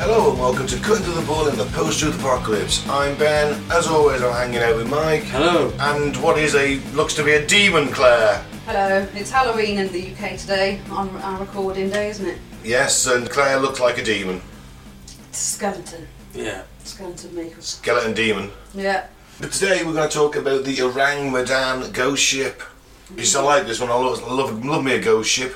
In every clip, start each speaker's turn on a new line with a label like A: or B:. A: Hello and welcome to Cutting to the Bull in the Post-Truth Apocalypse. I'm Ben. As always, I'm hanging out with Mike.
B: Hello.
A: And what is a looks to be a demon, Claire.
C: Hello, it's Halloween in the UK today on our recording day, isn't it?
A: Yes, and Claire looks like a demon,
C: It's a skeleton.
B: Yeah.
C: Skeleton makeup.
A: skeleton demon.
C: Yeah.
A: But today we're going to talk about the Orang Medan ghost ship. You still like this one? I love, love, love me a ghost ship.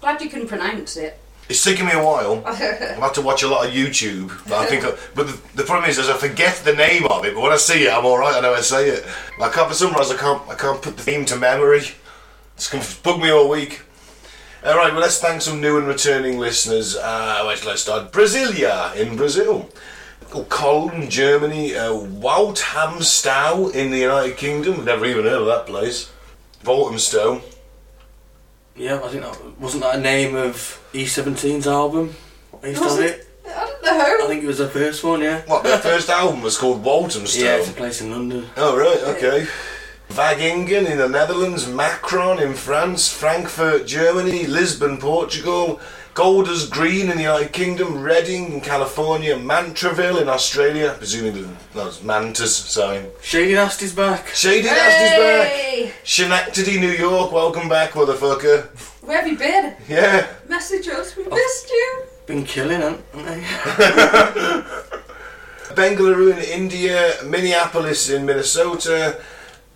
C: Glad you can pronounce it.
A: It's taken me a while. I've had to watch a lot of YouTube. But I think, but the, the problem is, is I forget the name of it. But when I see it, I'm all right. I know I say it. I can't for some reason I can't I can't put the theme to memory. It's going to bug me all week. All right, well let's thank some new and returning listeners. Uh, where shall I start? Brasilia in Brazil. Oh, Cologne, Germany. Uh, Walthamstow in the United Kingdom. Never even heard of that place. Walthamstow.
B: Yeah, I think that wasn't that a name of E17's album? I used to have
C: Was
B: it.
C: I don't
B: I
C: know.
B: think it was the first one, yeah.
A: What their first album was called Walthamstow.
B: Yeah, it's a place in London.
A: Oh, right, okay. Vagingen in the Netherlands, Macron in France, Frankfurt, Germany, Lisbon, Portugal, Golders Green in the United Kingdom, Reading in California, Mantraville in Australia, presuming that no, it's Mantas, sorry.
B: Shady Nasty's back.
A: Shady Nasty's back!
C: Hey!
A: Schenectady, New York, welcome back, motherfucker.
C: Where have you been?
A: Yeah.
C: Message us, we missed you.
B: Been killing, haven't they?
A: Bengaluru in India, Minneapolis in Minnesota,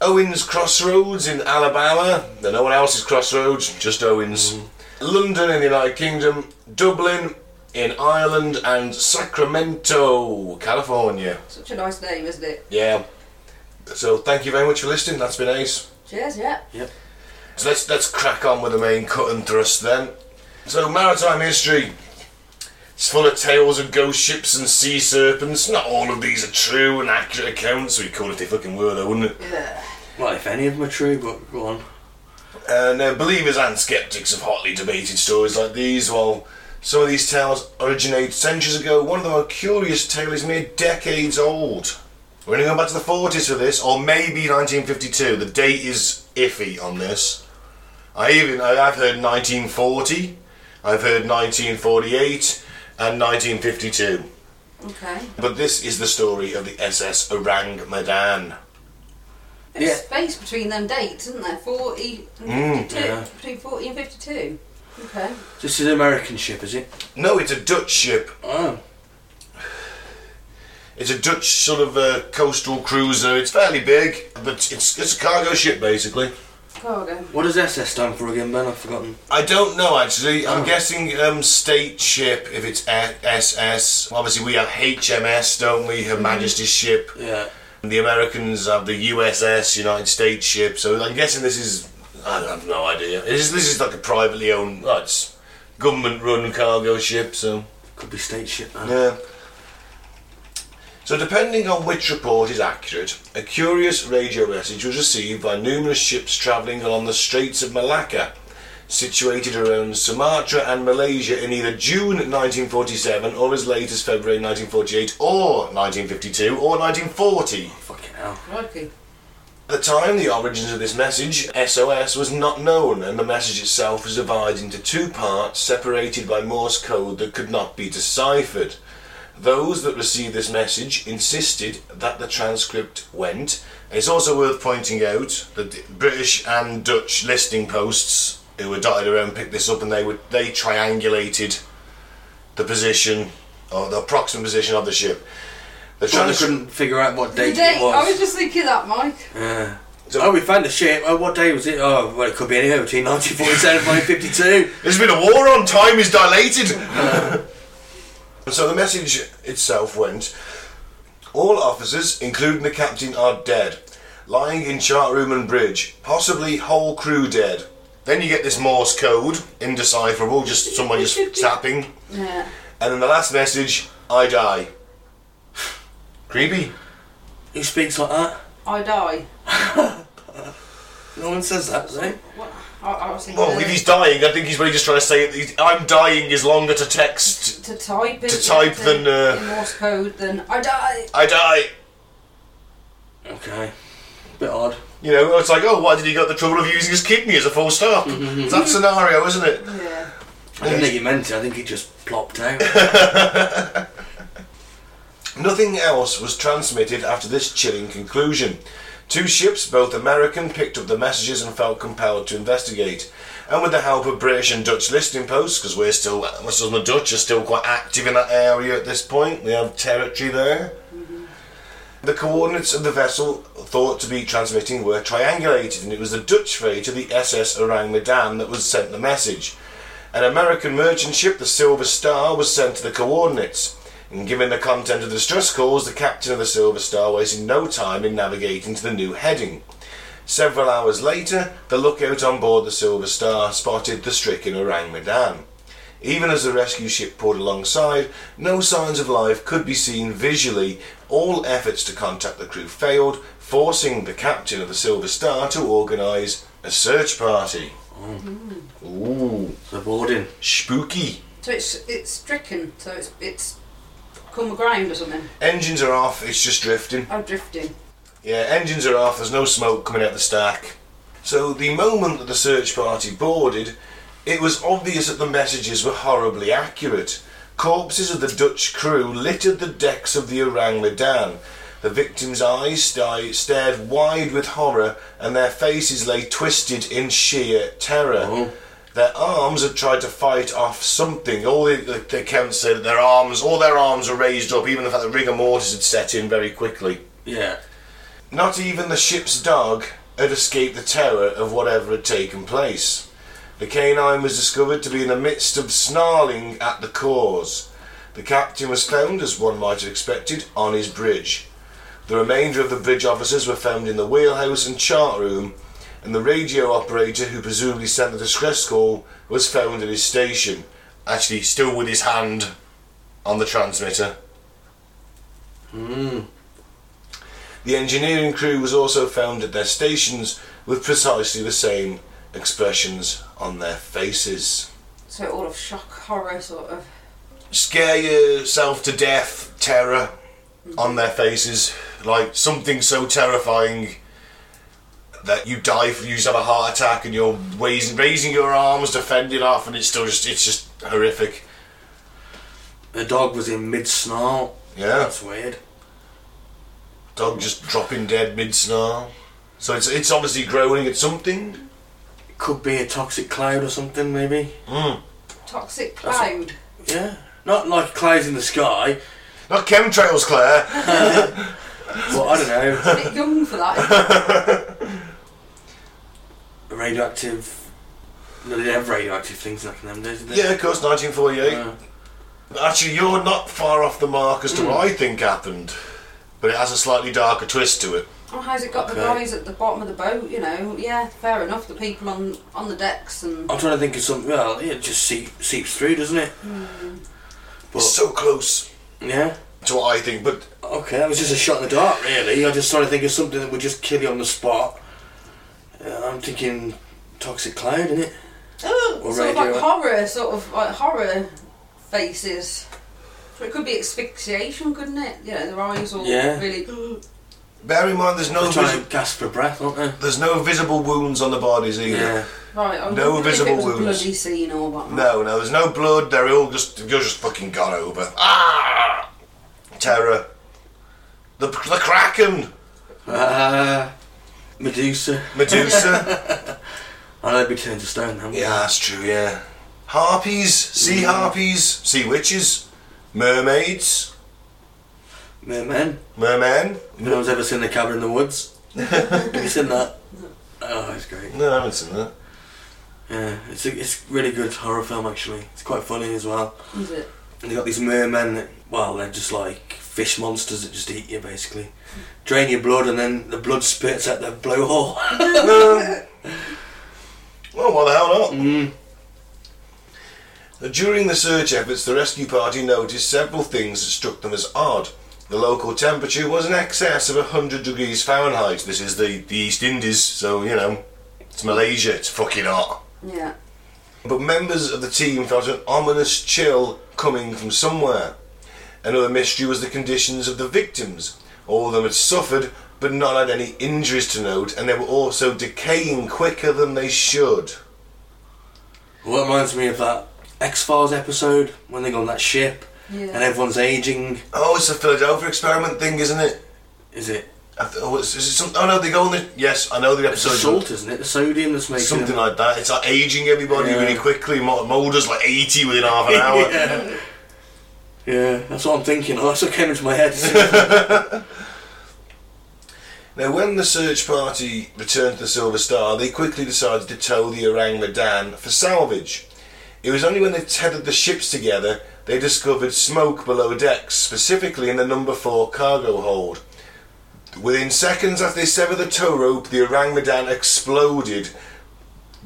A: Owens Crossroads in Alabama. There no one else's crossroads, just Owens. London in the United Kingdom, Dublin in Ireland, and Sacramento, California.
C: Such a nice name, isn't it?
A: Yeah. So thank you very much for listening. That's been ace.
C: Cheers, yeah.
B: yep.
A: So let's let's crack on with the main cut and thrust then. So maritime history. It's full of tales of ghost ships and sea serpents. Not all of these are true and accurate accounts. We'd call it if they fucking were, though, wouldn't it?
C: Yeah.
B: Well, if any of them are true, but go on.
A: And uh, believers and skeptics have hotly debated stories like these. While some of these tales originated centuries ago, one of the more curious tale is mere decades old. We're going to go back to the 40s for this, or maybe 1952. The date is iffy on this. I even I- I've heard 1940, I've heard 1948, and 1952.
C: Okay.
A: But this is the story of the SS Orang Medan.
C: There's
B: Yeah.
C: space between them dates, isn't there? 40 and 52.
B: yeah.
C: Between 40 and 52. Okay.
B: This is an American ship, is it?
A: No, it's a Dutch ship.
B: Oh.
A: It's a Dutch sort of uh, coastal cruiser. It's fairly big, but it's it's a cargo ship basically.
C: Cargo.
B: What does SS stand for again, Ben? I've forgotten.
A: I don't know actually. I'm
B: Oh.
A: guessing um, state ship if it's A- SS. Obviously, we have HMS, don't we? Her Majesty's ship.
B: Yeah.
A: And the Americans have the USS, United States ship. So I'm guessing this is. I have no idea. This is, this is like a privately owned, well, it's government-run cargo ship. So.
B: Could be state ship, man.
A: Yeah. uh, So, depending on which report is accurate, a curious radio message was received by numerous ships travelling along the Straits of Malacca, situated around Sumatra and Malaysia in either June 1947 or as late as February 1948 or 1952 or 1940.
B: Fucking hell.
C: Crikey.
A: At the time, the origins of this message, SOS, was not known, and the message itself was divided into two parts separated by Morse code that could not be deciphered. Those that received this message insisted that the transcript went. It's also worth pointing out that the British and Dutch listening posts who were dotted around picked this up and they would they triangulated the position or the approximate position of the ship. The
B: Well, they
A: transcript.
B: couldn't figure out what
C: The
B: date,
C: date,
B: it
C: I was
B: was.
C: just thinking that, Mike.
B: Yeah.
A: So-
B: oh, we found the ship. Oh, what day was it? Oh, well, it could be anywhere between 1947 and 1952.
A: There's been a war on, time is dilated! And so the message itself went All officers, including the captain, are dead, lying in chart room and bridge, possibly whole crew dead. Then you get this Morse code, indecipherable, just someone just tapping.
C: Yeah.
A: And then the last message, I die. Creepy.
B: Who speaks like that?
C: I die.
B: No one says that, does they?
C: What? I, I was thinking.
A: Well,
C: uh,
A: if he's dying, I think he's really just trying to say it. he's- I'm dying is longer to text.
C: to type it,
A: to type
C: than
A: than, uh,
C: in Morse code than I die.
A: I die.
B: Okay. Bit odd.
A: You know, it's like, oh, why did he go to the trouble of using his kidney as a full stop? It's that scenario, isn't it?
C: Yeah.
B: I don't think he meant it. I think he just plopped out.
A: Nothing else was transmitted after this chilling conclusion. Two ships, both American, picked up the messages and felt compelled to investigate. And with the help of British and Dutch listening posts, because we're still, us and the Dutch are still quite active in that area at this point, we have territory there. The coordinates of the vessel thought to be transmitting were triangulated, and it was the Dutch freighter, the SS Orang Medan, that was sent the message. An American merchant ship, the Silver Star, was sent to the coordinates. And given the content of the distress calls, the captain of the Silver Star wasted no time in navigating to the new heading. Several hours later, the lookout on board the Silver Star spotted the stricken Orang Medan. Even as the rescue ship pulled alongside, no signs of life could be seen visually. All efforts to contact the crew failed, forcing the captain of the Silver Star to organise a search party. Ooh,
B: so boarding.
A: spooky.
C: So it's it's stricken. So it's it's come aground or something.
A: Engines are off, it's just drifting.
C: Oh, drifting.
A: Yeah, engines are off, there's no smoke coming out the stack. So, the moment that the search party boarded, it was obvious that the messages were horribly accurate. Corpses of the Dutch crew littered the decks of the Orang Medan. The victims' eyes sti- stared wide with horror, and their faces lay twisted in sheer terror.
B: Oh.
A: Their arms had tried to fight off something. All the, the, the accounts say that their arms, all their arms were raised up, even the fact that rigor mortis had set in very quickly.
B: Yeah.
A: Not even the ship's dog had escaped the terror of whatever had taken place. The canine was discovered to be in the midst of snarling at the cause. The captain was found, as one might have expected, on his bridge. The remainder of the bridge officers were found in the wheelhouse and chart room, and the radio operator who presumably sent the distress call was found at his station, actually still with his hand on the transmitter. The engineering crew was also found at their stations with precisely the same expressions on their faces.
C: So all of shock, horror, sort of.
A: Scare yourself to death, terror on their faces, like something so terrifying that you die for you just have a heart attack and you're raising, raising your arms to fend it off and it's still just it's just horrific.
B: The dog was in mid snarl.
A: Yeah.
B: That's weird.
A: Dog just dropping dead mid snarl. So it's it's obviously groaning at something.
B: It could be a toxic cloud or something, maybe.
C: Toxic
B: That's it.
C: cloud.
B: Yeah. Not like clouds in the sky,
A: Not chemtrails, Claire.
B: but I don't know.
C: A bit young for that. isn't it?
B: radioactive. No, they didn't have radioactive things back in them days, did they?
A: Yeah, of course, 1948.
B: Uh,
A: Actually, you're not far off the mark as to what I think happened, but it has a slightly darker twist to it.
C: Oh, how's it got the
B: Okay.
C: guys at the bottom of the boat? You know, yeah, fair enough. The people on on the decks and
B: I'm trying to think of something. Well, it just seep, seeps through, doesn't it? But
A: It's so close
B: yeah.
A: to what I think, but
B: Okay, that was just a shot in the dark, really. I just trying to think of something that would just kill you on the spot. Uh, I'm thinking toxic cloud, isn't it?
C: oh,
B: Or
C: sort of
B: radio.
C: like horror, sort of like horror faces. But it could be asphyxiation, couldn't it? You know, their eyes all
B: Yeah.
C: really.
A: bear in mind there's no
B: They're trying
A: visi-
B: to gasp for breath, aren't they?
A: there's no visible wounds on the bodies either.
B: Yeah.
C: Right, I'm
A: No
C: wondering if
A: visible
C: it was a
A: wounds.
C: bloody scene or whatnot.
A: No, no, there's no blood. They're all just you're just fucking gone over. Ah, terror. The the kraken,
B: Uh, Medusa.
A: Medusa.
B: I know they'd be turned to stone, haven't they?
A: yeah, that's true. Yeah, harpies, sea harpies, sea witches, mermaids,
B: Mermen.
A: mermen.
B: No one's ever seen the cabin in the woods. Have you seen that? Oh, it's great.
A: No, I haven't seen that.
B: Yeah, it's a, it's a really good horror film actually. It's quite funny as well.
C: Is it?
B: And they got these mermen that, well, they're just like fish monsters that just eat you basically, drain your blood, and then the blood spits out their blowhole.
A: Oh, Well, why the hell not? During the search efforts, the rescue party noticed several things that struck them as odd. The local temperature was in excess of 100 degrees Fahrenheit. This is the, the East Indies, so you know, it's Malaysia, it's fucking hot.
C: Yeah.
A: But members of the team felt an ominous chill coming from somewhere. Another mystery was the conditions of the victims. All of them had suffered, but none had any injuries to note, and they were also decaying quicker than they should.
B: Well, that reminds me of that X Files episode when they go on that ship and
C: Yeah.
B: everyone's aging.
A: Oh, it's the Philadelphia experiment thing, isn't it?
B: Is it?
A: I th- oh, is, is it some, oh no, they go on the. Yes, I know the
B: It's
A: episode.
B: the salt, isn't it? The sodium that's making
A: Something
B: them-
A: like that. It's like aging everybody
B: Yeah.
A: really quickly. Mo- Mulder's like 80 within half an hour.
B: yeah. yeah, that's what I'm thinking. Oh, that's what came into my head.
A: Now, when the search party returned to the Silver Star, they quickly decided to tow the Orang Medan for salvage. It was only when they tethered the ships together they discovered smoke below decks, specifically in the number 4 cargo hold. Within seconds after they severed the tow rope, the Orang Medan exploded.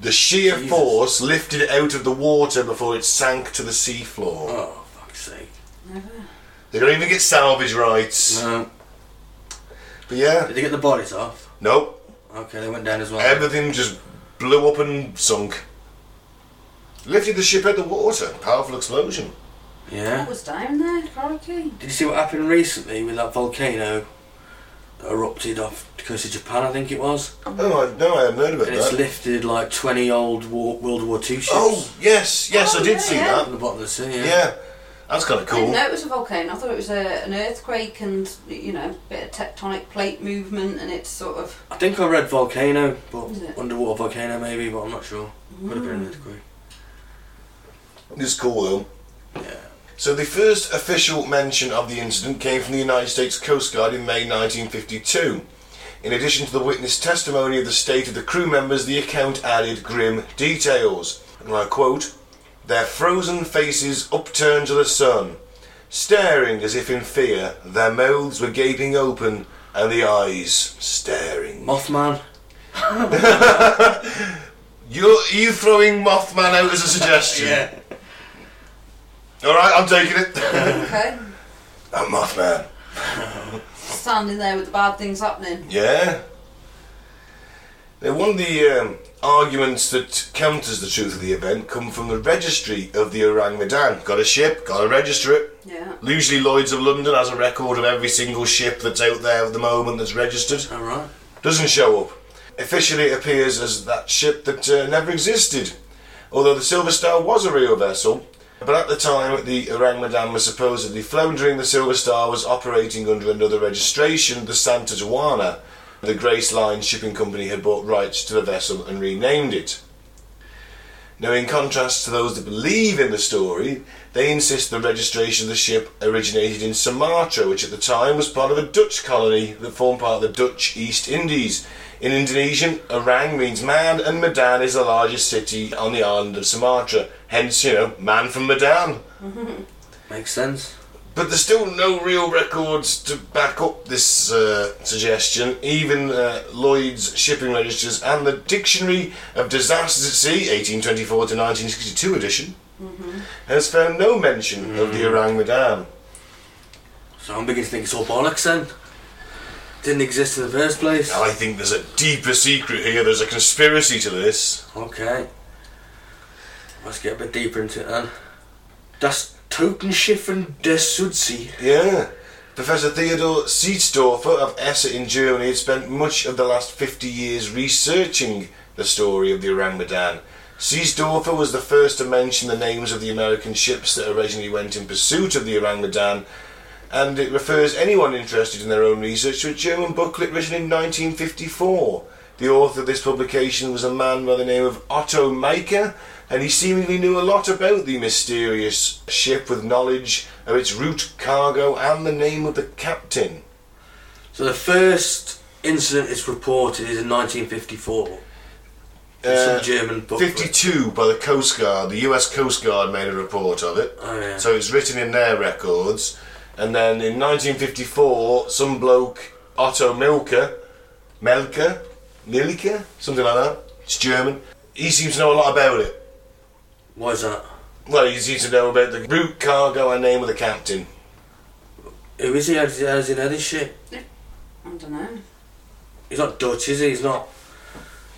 A: The sheer
B: Jesus.
A: force lifted it out of the water before it sank to the seafloor.
B: oh, fuck's sake.
A: They don't even get salvage rights.
B: No.
A: But yeah,
B: Did they get the bodies off?
A: nope.
B: Okay, they went down as well.
A: Everything just blew up and sunk. Lifted the ship out of the water. Powerful explosion.
B: yeah.
C: What was down there? Crikey.
B: Did you see what happened recently with that volcano that erupted off the coast of Japan, I think it was?
A: Oh, I, no, I haven't heard about
B: And it's
A: that.
B: lifted like 20 old war, World War II ships
A: Oh, yes, yes,
C: Oh,
A: I did
C: yeah,
A: see
C: yeah.
A: that.
B: on the bottom of the sea. Yeah.
A: Yeah. that's kind of
C: I
A: cool.
C: didn't know it was a volcano. I thought it was a, an earthquake and you know a bit of tectonic plate movement and it's sort of
B: I think I read volcano, but
C: Is it? Mm.
B: underwater volcano maybe, but I'm not sure. Could have been an earthquake.
A: It's cool, though.
B: Yeah.
A: So the first official mention of the incident came from the United States Coast Guard in May 1952. In addition to the witness testimony of the state of the crew members, the account added grim details. And I quote, their frozen faces upturned to the sun, staring as if in fear, their mouths were gaping open, and the eyes staring.
B: Mothman.
A: You're, are you throwing Mothman out as a suggestion? Alright, I'm taking it.
C: okay.
A: I'm Mothman.
C: Standing there with the bad things happening.
A: Yeah. Now, one of the um, arguments that counters the truth of the event come from the registry of the Orang Medan. Got a ship, got to register it.
C: Yeah.
A: Usually, Lloyd's of London has a record of every single ship that's out there at the moment that's registered.
B: Alright.
A: Doesn't show up. Officially, it appears as that ship that uh, never existed. Although the Silver Star was a real vessel, but at the time the Orang Medan was supposedly floundering, the Silver Star was operating under another registration, the Santa Juana. The Grace Line Shipping Company had bought rights to the vessel and renamed it. Now, in contrast to those that believe in the story, they insist the registration of the ship originated in Sumatra, which at the time was part of a Dutch colony that formed part of the Dutch East Indies. In Indonesian, Orang means man, and Medan is the largest city on the island of Sumatra. Hence, you know, man from Medan.
B: Makes sense.
A: But there's still no real records to back up this uh, suggestion. Even uh, Lloyd's shipping registers and the Dictionary of Disasters at Sea, 1824 to 1962 edition, has found no mention of the Orang Medan.
B: So I'm beginning to think it's all bollocks then. Didn't exist in the first place.
A: I think there's a deeper secret here. There's a conspiracy to this.
B: Okay. Let's get a bit deeper into it then. Das Totenschiffen der Sudsee.
A: Yeah. Professor Theodor Seedstorfer of Esse in Germany had spent much of the last 50 years researching the story of the Orang Medan. Seedstorfer was the first to mention the names of the American ships that originally went in pursuit of the Orang Medan, and it refers anyone interested in their own research to a German booklet written in 1954. The author of this publication was a man by the name of Otto Maker, and he seemingly knew a lot about the mysterious ship with knowledge of its route, cargo, and the name of the captain.
B: So the first incident it's reported is in 1954. In
A: Uh,
B: some German booklet.
A: 52 by the Coast Guard, the US Coast Guard made a report of it.
B: Oh, yeah.
A: So it's written in their records. And then in 1954, some bloke, Otto Milker, Melker, Milker, something like that. It's German. He seems to know a lot about it.
B: Why is that?
A: Well, he seems to know about the route, cargo, and name of the captain.
B: Who is he? How does he, how does he know this shit?
C: I don't know.
B: He's not Dutch, is he? He's not.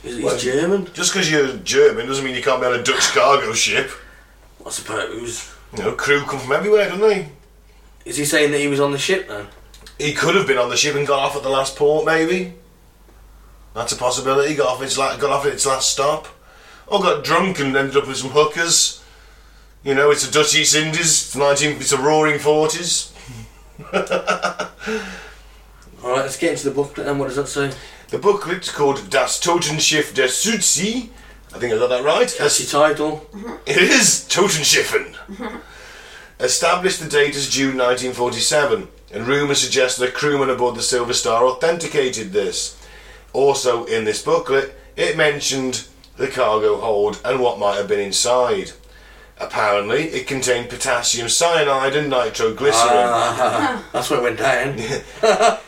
B: He's, he's
A: Well-
B: German,
A: Just because you're German doesn't mean you can't be on a Dutch cargo ship.
B: I suppose.
A: You know, crew come from everywhere, don't they?
B: Is he saying that he was on the ship then?
A: He could have been on the ship and got off at the last port, maybe. That's a possibility. Got off its la- got off at its last stop, or got drunk and ended up with some hookers. You know, it's the Dutch East Indies. It's, 19, it's the Roaring Forties.
B: Alright, let's get into the booklet then. What does that say?
A: The booklet's called Das Totenschiff der Suzi. I think I got that right.
B: That's your title.
A: It is Totenschiffen. Established the date as June 1947, and rumours suggest that a crewman aboard the Silver Star authenticated this. Also, in this booklet, it mentioned the cargo hold and what might have been inside. Apparently, it contained potassium cyanide and nitroglycerin.
B: Ah. That's where it went down.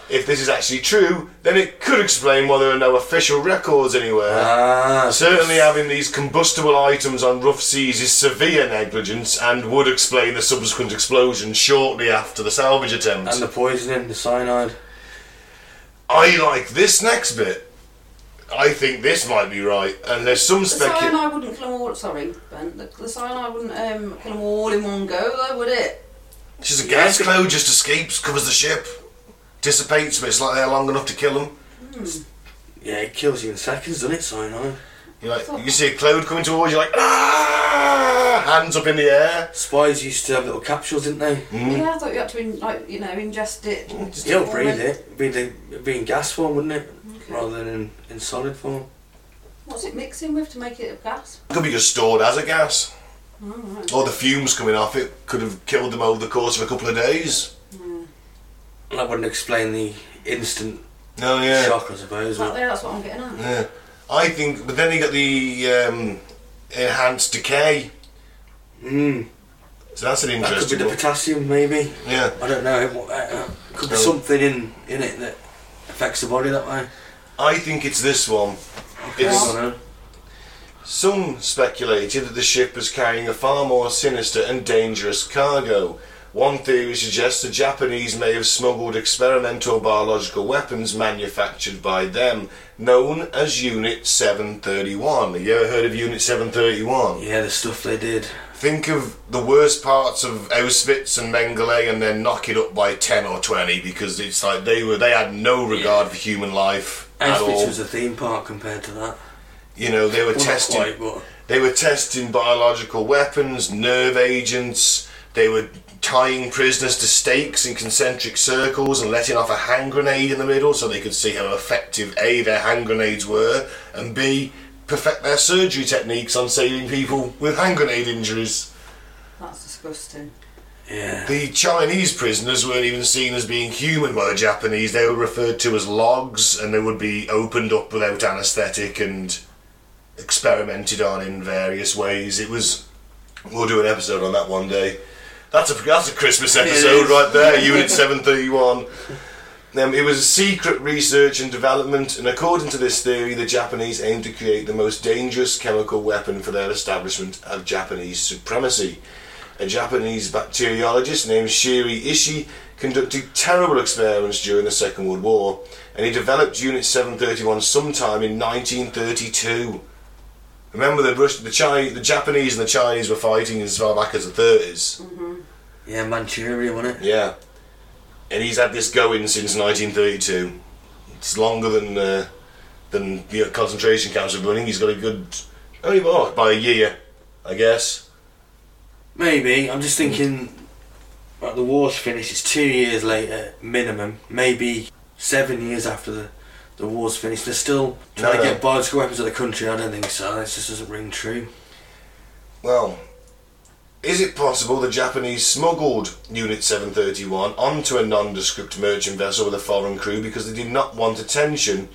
A: If this is actually true, then it could explain why there are no official records anywhere.
B: Ah, so
A: Certainly, having these combustible items on rough seas is severe negligence and would explain the subsequent explosion shortly after the salvage attempt.
B: and the poisoning, the cyanide.
A: I like this next bit. I think this might be right, and there's some
C: The
A: speculation.
C: cyanide wouldn't kill them all. Sorry, Ben. The, the cyanide wouldn't um, kill them all in one go, though, would it?
A: She's a
B: Yeah,
A: gas
B: it's-
A: cloud just escapes, covers the ship, dissipates, but it's like they're long enough to kill them.
B: Yeah, it kills you in seconds, doesn't it, cyanide?
A: You like, you see a cloud coming towards you, like ah, hands up in the air.
B: Spies used to have little capsules, didn't they?
A: Hmm.
C: Yeah, I thought you had to in, like you know ingest it.
B: Still breathe it. It'd be, the, it'd be in gas form, wouldn't it? Rather than in, in solid form.
C: What's it mixing with to make it a gas?
A: Could be just stored as a gas. Or the fumes coming off it could have killed them over the course of a couple of days.
B: That wouldn't explain the instant
A: Oh yeah.
B: shock, I suppose.
C: Right
B: But
C: there, that's what I'm getting at.
A: Yeah. I think, but then you got the um, enhanced decay.
B: mm,
A: So that's an
B: that could be
A: interesting
B: the
A: one.
B: potassium, maybe.
A: Yeah.
B: I don't know. It wa- uh, uh, could be
A: No.
B: something in, in it that affects the body that way.
A: I think it's this one.
B: I
A: It's
B: don't know.
A: some speculated that the ship was carrying a far more sinister and dangerous cargo. One theory suggests the Japanese may have smuggled experimental biological weapons manufactured by them, known as Unit 731. Have you ever heard of Unit 731?
B: Yeah, the stuff they did.
A: Think of the worst parts of Auschwitz and Mengele, and then knock it up by ten or twenty because it's like they were they had no regard for human life at
B: Auschwitz
A: all.
B: was a theme park compared to that.
A: You know they were
B: Well, not
A: testing
B: quite, but
A: they were testing biological weapons, nerve agents. They were tying prisoners to stakes in concentric circles and letting off a hand grenade in the middle so they could see how effective a their hand grenades were and b perfect their surgery techniques on saving people with hand grenade injuries.
C: That's disgusting.
B: yeah.
A: The Chinese prisoners weren't even seen as being human by the Japanese. They were referred to as logs and they would be opened up without anaesthetic and experimented on in various ways. It was. We'll do an episode on that one day. That's a, that's a Christmas episode
B: is.
A: right there, Unit 731. Um, it was a secret research and development, and according to this theory, the Japanese aimed to create the most dangerous chemical weapon for their establishment of Japanese supremacy. A Japanese bacteriologist named Shiri Ishii conducted terrible experiments during the Second World War, and he developed Unit 731 sometime in 1932. Remember, the, Rus- the, Chi- the Japanese and the Chinese were fighting as far back as the 30s.
B: Yeah, Manchuria, wasn't it?
A: Yeah. And he's had this going since 1932. It's longer than uh, than the concentration camps have been running. He's got a good only oh, by a year, I guess.
B: Maybe. I'm just thinking. Right, the war's finished. It's two years later, minimum. Maybe seven years after the, the war's finished. They're still trying
A: No,
B: to
A: no.
B: get biological weapons of the country. I don't think so. This just doesn't ring true.
A: Well, is it possible the Japanese smuggled Unit 731 onto a nondescript merchant vessel with a foreign crew because they did not want attention?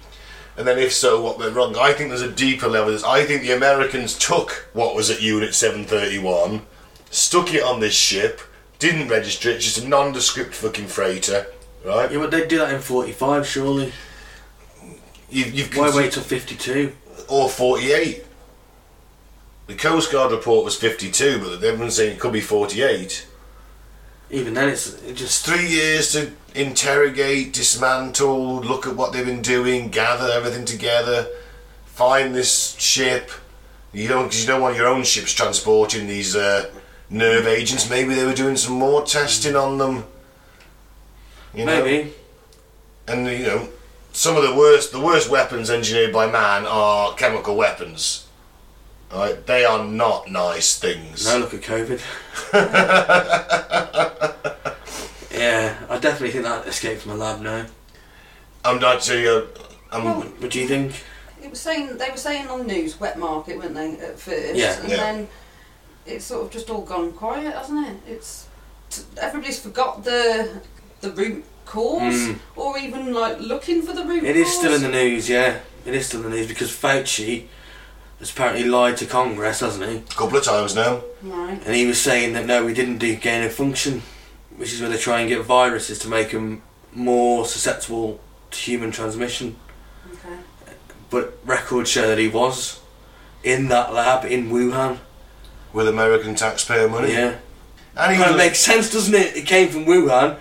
A: And then, if so, what went wrong? I think there's a deeper level. I think the Americans took what was at Unit 731, stuck it on this ship, didn't register it, just a nondescript fucking freighter, right?
B: Yeah, but they'd do that in 45, surely.
A: You've, you've
B: Why wait till 52?
A: or 48. The Coast Guard report was 52, but everyone's saying it could be 48.
B: Even then, it's it just.
A: three years to interrogate, dismantle, look at what they've been doing, gather everything together, find this ship. You don't, cause you don't want your own ships transporting these uh, nerve agents. Maybe they were doing some more testing on them. You know?
B: Maybe.
A: and you know some of the worst the worst weapons engineered by man are chemical weapons Right? They are not nice things.
B: Now look at COVID. yeah, I definitely think that escaped from a lab now.
A: I'm not sure. You're, I'm,
C: Well,
B: What do you think?
C: It was saying they were saying on the news wet market, weren't they? At first,
B: Yeah.
C: and
A: Yeah.
C: then it's sort of just all gone quiet, hasn't it? It's t- everybody's forgot the the root cause,
B: Mm.
C: or even like looking for the root.
B: It is
C: cause.
B: still in the news, yeah. It is still in the news because Fauci has apparently lied to Congress, hasn't he?
A: a couple of times now.
C: right.
B: And he was saying that no, we didn't do gain of function, which is where they try and get viruses to make them more susceptible to human transmission.
C: Okay.
B: But records show that he was in that lab in Wuhan.
A: With American taxpayer money.
B: Yeah.
A: And he
B: Kind of
A: was,
B: makes sense, doesn't it? It came from Wuhan.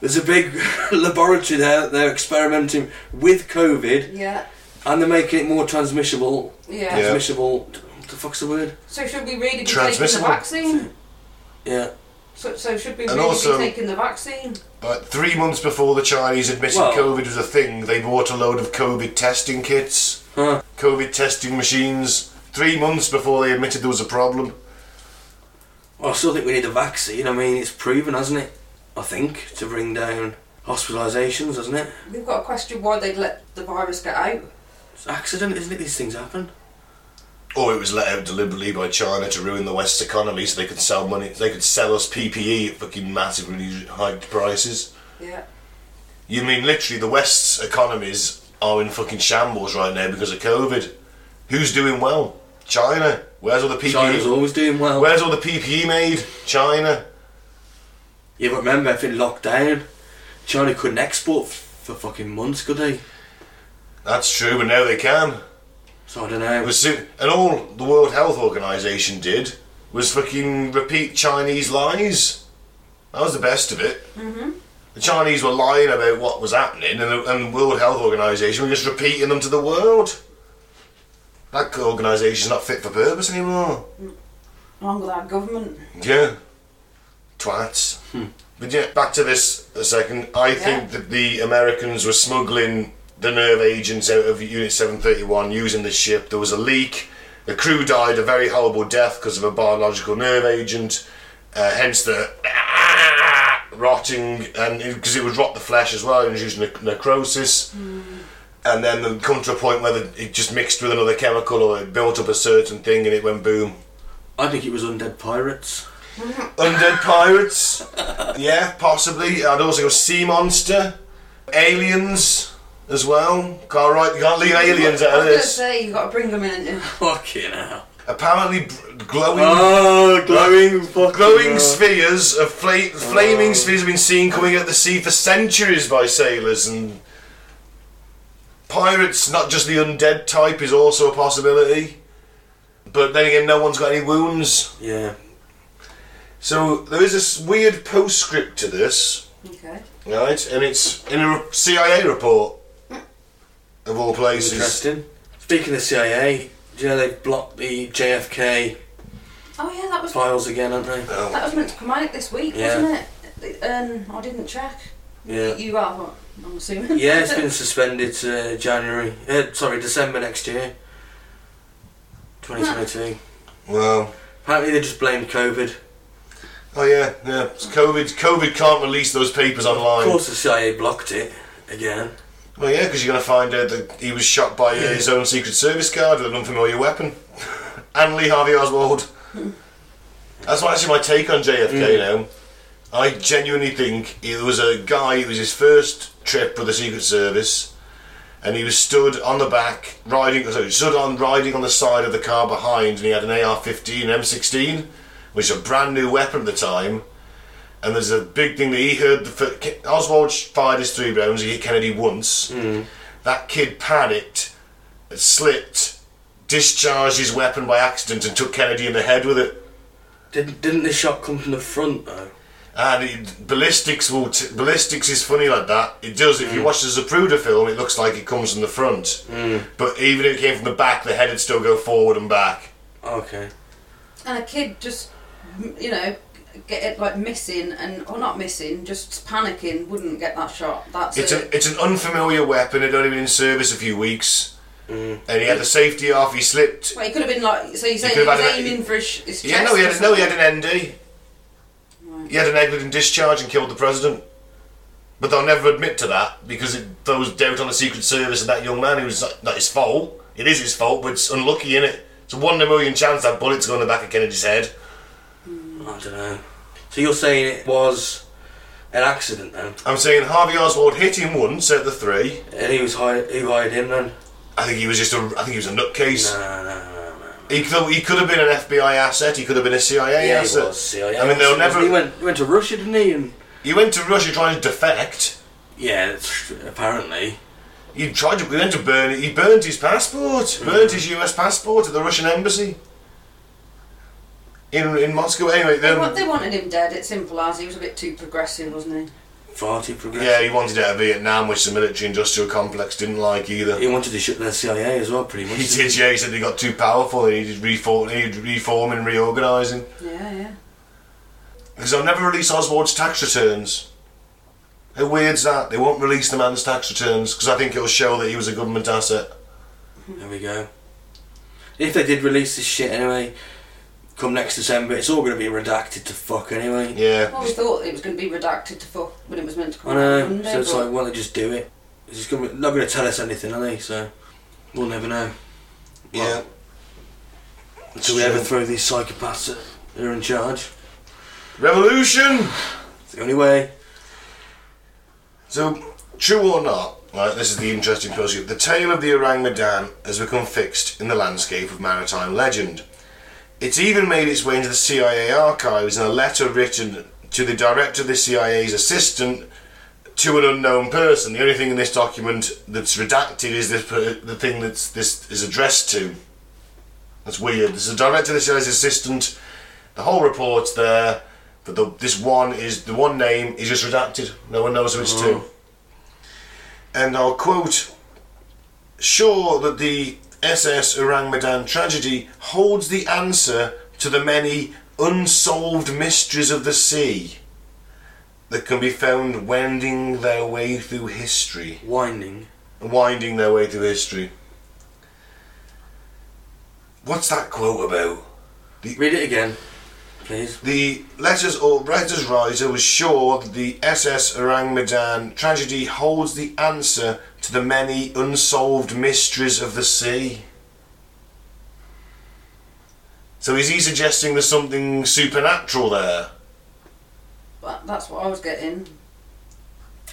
B: There's a big laboratory there. that They're experimenting with COVID,
C: Yeah.
B: and they're making it more transmissible.
C: Yeah.
A: Yeah.
B: Transmissible. What the fuck's the word?
C: So should we really be taking
A: Transmissible.
C: the vaccine?
B: Yeah.
C: So, so should we
A: And
C: really
A: also-
C: be taking the vaccine?
A: but three months before the Chinese admitted
B: Well-
A: COVID was a thing, they bought a load of COVID testing kits,
B: Huh.
A: COVID testing machines. Three months before they admitted there was a problem.
B: Well, I still think we need a vaccine. I mean, it's proven, hasn't it? I think to bring down hospitalisations, hasn't it?
C: We've got to question why they'd let the virus get out.
B: It's an accident, isn't it? These things happen.
A: Or Oh, it was let out deliberately by China to ruin the West's economy, so they could sell money. They could sell us PPE at fucking massively hiked prices.
C: Yeah.
A: You mean literally the West's economies are in fucking shambles right now because of COVID. Who's doing well? China. Where's all the PPE?
B: China's always doing well.
A: Where's all the PPE made? China.
B: yeah, but remember, if it locked down, China couldn't export f- for fucking months, could they?
A: That's true, but now they can.
B: So I don't know.
A: It was soon, and all the World Health Organization did was fucking repeat Chinese lies. That was the best of it. Mm-hmm. The Chinese were lying about what was happening, and the, and the World Health Organization were just repeating them to the world. That organisation's not fit for purpose anymore.
C: Along with our government.
A: Yeah. Twats. But yeah, back to this a second. I think that the Americans were smuggling the nerve agents out of Unit 731 using the ship. There was a leak. The crew died a very horrible death because of a biological nerve agent, uh, hence the rotting, and because it, would rot the flesh as well, inducing ne- necrosis. And then they'd come to a point where the- it just mixed with another chemical or it built up a certain thing and it went boom.
B: I think it was undead pirates.
A: Undead Pirates. yeah, possibly. I'd also go Sea Monster. Aliens as well. Can't, write, can't leave aliens
C: I
A: out of
C: was going to
A: this.
C: say, you've got to bring them in.
B: Fucking hell.
A: Apparently, b- glowing.
B: Oh, glowing fucking.
A: Glowing
B: hell.
A: spheres of fla- flaming spheres have been seen coming out of the sea for centuries by sailors and pirates. Not just the undead type is also a possibility, but then again, no one's got any wounds.
B: Yeah.
A: So there is this weird postscript to this,
C: Okay.
A: Right, and it's in a CIA report of all places.
B: Interesting. Speaking of CIA, do you know they've blocked the JFK
C: Oh yeah, that was
B: files again, haven't they?
A: Oh,
C: that was meant to come out this week,
B: Yeah.
C: wasn't it? Um, I didn't check.
B: Yeah.
C: You are, I'm assuming.
B: Yeah, it's been suspended to January. Uh, sorry, December next year. 2022.
A: well,
B: Apparently they just blamed COVID.
A: oh yeah, yeah. It's COVID, COVID can't release those papers
B: Of
A: online.
B: course the CIA blocked it again.
A: Well, yeah, because you're going to find out that he was shot by uh, his own Secret Service guard with an unfamiliar weapon, and Lee Harvey Oswald. That's my, actually my take on JFK now. I genuinely think it was a guy. It was his first trip with the Secret Service, and he was stood on the back riding. Sorry, stood on riding on the side of the car behind, and he had an AR-15 M16, which was a brand new weapon at the time. And there's a big thing that he heard. The fir- Ke- Oswald fired his three rounds. He hit Kennedy once. That kid panicked, slipped, discharged his weapon by accident, and took Kennedy in the head with it.
B: Didn't didn't the shot come from the front though?
A: And it, ballistics will t- ballistics is funny like that. It does. If you watch the Zapruder film, it looks like it comes from the front. But even if it came from the back, the head would still go forward and back.
B: Oh, Okay.
C: And a kid just, m- you know, get it like missing and or not missing, just panicking, wouldn't get that shot. That's
A: It's
C: it.
A: an it's an unfamiliar weapon. It had only been in service a few weeks.
B: Mm.
A: and he had the safety off. He slipped.
C: Well, he could have been like. So you say he
A: could
C: was
A: have had an-
C: aiming for his, his chest.
A: Yeah, no, he
C: or
A: had no, he had an ND.
C: something. Right.
A: He had an negligent discharge and killed the president. But they'll never admit to that because it throws doubt on the Secret Service and that young man who's not, not his fault. It is his fault, but it's unlucky, innit? It's a one in a million chance that bullet's going to the back of Kennedy's head.
B: I don't know. So you're saying it was an accident then,
A: I'm saying Harvey Oswald hit him once at the three.
B: and he was hired. Who hired him then?
A: I think he was just a. I think he was a nutcase.
B: No, no, no, no, no.
A: He could, he could have been an FBI asset. He could have been a CIA
B: Yeah, he
A: asset.
B: was. CIA.
A: I mean, they'll
B: Wasn't
A: never.
B: He went, he went to Russia, didn't he? And
A: He went to Russia trying to defect.
B: yeah, that's, apparently.
A: He tried to. He went to burn it. He burned his passport. Burned his U.S. passport at the Russian embassy. In in Moscow, anyway.
C: They,
A: Then,
C: wa- they wanted him dead. It's simple as he was a bit too progressive, wasn't
B: Far too progressive.
A: yeah, he wanted out of Vietnam, which the military-industrial complex didn't like either.
B: He wanted to shut down CIA as well, pretty much.
A: He did, yeah. He said they got too powerful. He needed reform. He needed reforming, reorganising.
C: he? Yeah, yeah.
A: Because they'll never release Oswald's tax returns. How weird's that? They won't release the man's tax returns because I think it'll show that he was a government asset.
B: There we go. If they did release this shit anyway, come next December, it's all going to be redacted to fuck anyway.
A: Yeah.
C: Well, we thought it was going to be redacted to fuck when it was meant to come
B: I
C: out
B: know.
C: on Monday,
B: so it's
C: but
B: like, why don't they just do it? It's just gonna be, not going to tell us anything, are they? So we'll never know.
A: Yeah.
B: Until we ever throw these psychopaths at who are in charge.
A: Revolution!
B: It's the only way.
A: So, true or not, right, this is the interesting puzzle. The tale of the Orang Medan has become fixed in the landscape of maritime legend. It's even made its way into the CIA archives in a letter written to the director of the CIA's assistant to an unknown person. The only thing in this document that's redacted is this per- the thing that's this is addressed to. That's weird. There's a director of the CIA's assistant. The whole report's there, but the, this one is the one name is just redacted. No one knows who it's to. And I'll quote sure that the SS Orang Medan tragedy holds the answer to the many unsolved mysteries of the sea that can be found wending their way through history,
B: Winding.
A: winding their way through history. What's that quote about?
B: Read it again, please.
A: The letters or letters writer was sure that the SS Orang Medan tragedy holds the answer to the many unsolved mysteries of the sea. So is he suggesting there's something supernatural there?
C: that- that's what I was getting.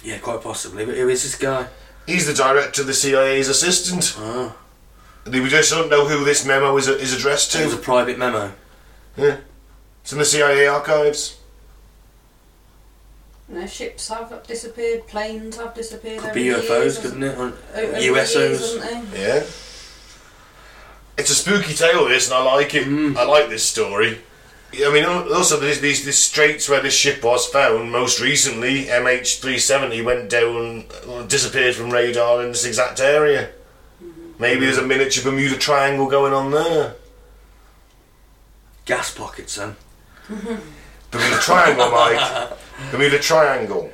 B: Yeah, quite possibly. But who is this guy?
A: He's the director of the CIA's assistant.
B: Oh.
A: We just don't know who this memo is, is addressed
B: It was a
A: to.
B: private memo.
A: Yeah. It's in the CIA archives.
C: You know, ships have disappeared, planes have disappeared.
B: Could
C: over
B: be
C: the years,
B: UFOs, couldn't it? Or
C: hasn't- over the years,
B: USOs.
C: hasn't they?
A: Yeah. It's a spooky tale, this, and I like it. I like this story. Mm. I mean, al- also, there's these, these straits where this ship was found most recently. MH370 went down, uh, disappeared from radar in this exact area. Maybe there's a miniature Bermuda Triangle going on there.
B: Gas pockets, son.
A: Bermuda Triangle, Mike. Bermuda Triangle.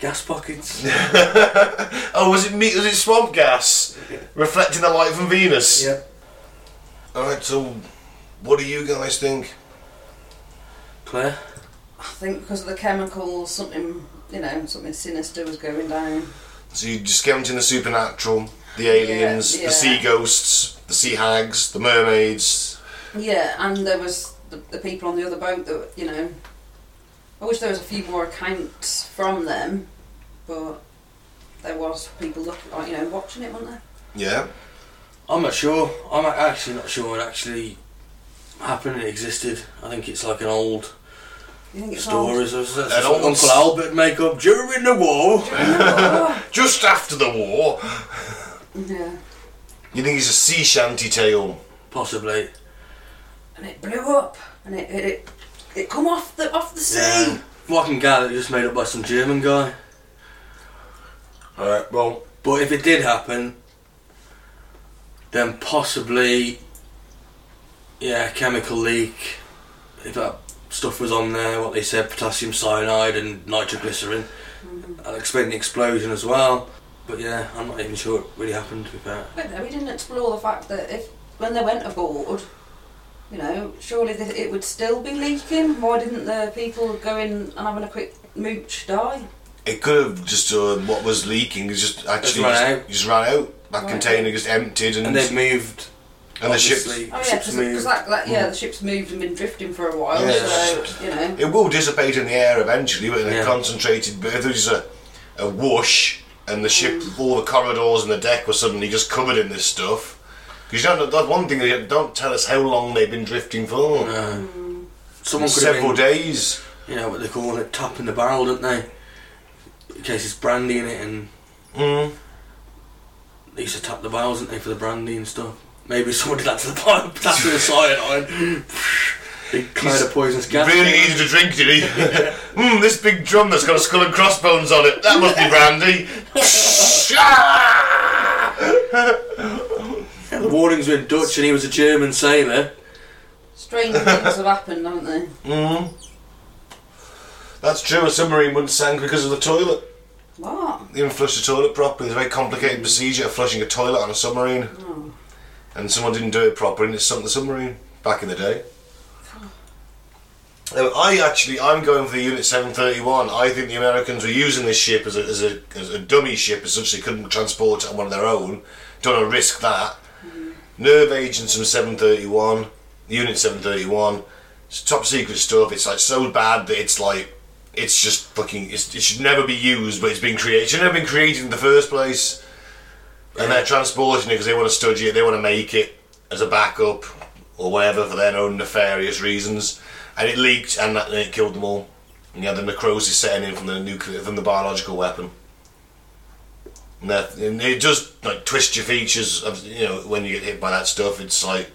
B: Gas pockets.
A: Oh, was it me- was it swamp gas reflecting the light from Venus? All right. So, what do you guys think?
B: Claire?
C: I think because of the chemicals, something you know, something sinister was going down.
A: So you're discounting the supernatural, the aliens,
C: yeah.
A: the sea ghosts, the sea hags, the mermaids.
C: Yeah, and there was the, the people on the other boat that you know. I wish there was a few more accounts from them, but there was people looking, like, you know, watching it, weren't there?
A: Yeah.
B: I'm not sure. I'm a- actually not sure it actually happened. It existed. I think it's like an old
C: You think it's
B: story.
C: old?
B: So it's- it's
A: An old
B: what Uncle
A: s-
B: Albert make up during the war.
A: Just after the war,
C: yeah,
A: you think it's a sea shanty tale.
B: Possibly.
C: and it blew up, and it it, it, it come off the off the sea.
B: Yeah. Well, I can gather it was made up by some German guy.
A: All right. Well,
B: But if it did happen, then possibly, yeah, chemical leak. If that stuff was on there, what they
C: Mm-hmm.
B: said, potassium cyanide and nitroglycerin, I'll explain the explosion as well. But yeah, I'm not even sure it really happened to be fair.
C: But no, we didn't explore the fact that if when they went aboard, you know, surely th it would still be leaking. Why didn't the people go in and having a quick mooch die?
A: It could have just uh, what was leaking is just actually
B: run
A: just,
B: out.
A: just ran out. That
C: Right.
A: container just emptied and,
B: And they've moved.
A: and the ship.
B: obviously,
C: Oh yeah,
B: ship's
C: because
B: moved. Mm.
C: that, that, yeah, the ship's moved and been drifting for a while,
A: Yeah.
C: so you know.
A: It will dissipate in the air eventually, but in a
B: Yeah.
A: concentrated. But if there's a, a whoosh and the ship, all the corridors and the deck were suddenly just covered in this stuff. Because you don't. That one thing they don't tell us how long they've been drifting for.
B: No. Uh,
C: Mm.
B: Someone could have
A: Several
B: been,
A: days.
B: you know what they call it, tapping the barrel, don't they? In case it's brandy in it, and
A: Mm.
B: they used to tap the barrels, didn't they, for the brandy and stuff? Maybe someone did that to the pipe, that's the cyanide. Big cloud of poisonous gas.
A: Really easy to drink, did he? mm, this big drum that's got a skull and crossbones on it. That must be brandy.
B: Yeah, the warnings were in Dutch, and he was a German sailor.
C: Strange things have happened, haven't they?
A: mm. That's true. A submarine wouldn't sank because of the toilet.
C: What?
A: They didn't flush the toilet properly. It's a very complicated procedure of flushing a toilet on a submarine. And someone didn't do it properly and it sunk the submarine back in the day. Now, I actually, I'm going for the Unit 731. I think the Americans were using this ship as a, as a, as a dummy ship, as such they couldn't transport it on one of their own. Don't want to risk that. Nerve agents from 731, Unit 731. It's top secret stuff. It's like so bad that it's like it's just fucking. It's, it should never be used, but it's been created. It should never been created in the first place. And they're transporting it because they want to study it. They want to make it as a backup or whatever for their own nefarious reasons. And it leaked, and, that, and it killed them all. And yeah, the necrosis setting in from the nuclear, from the biological weapon. And, that, and it does like twist your features. Of, you know, when you get hit by that stuff, it's like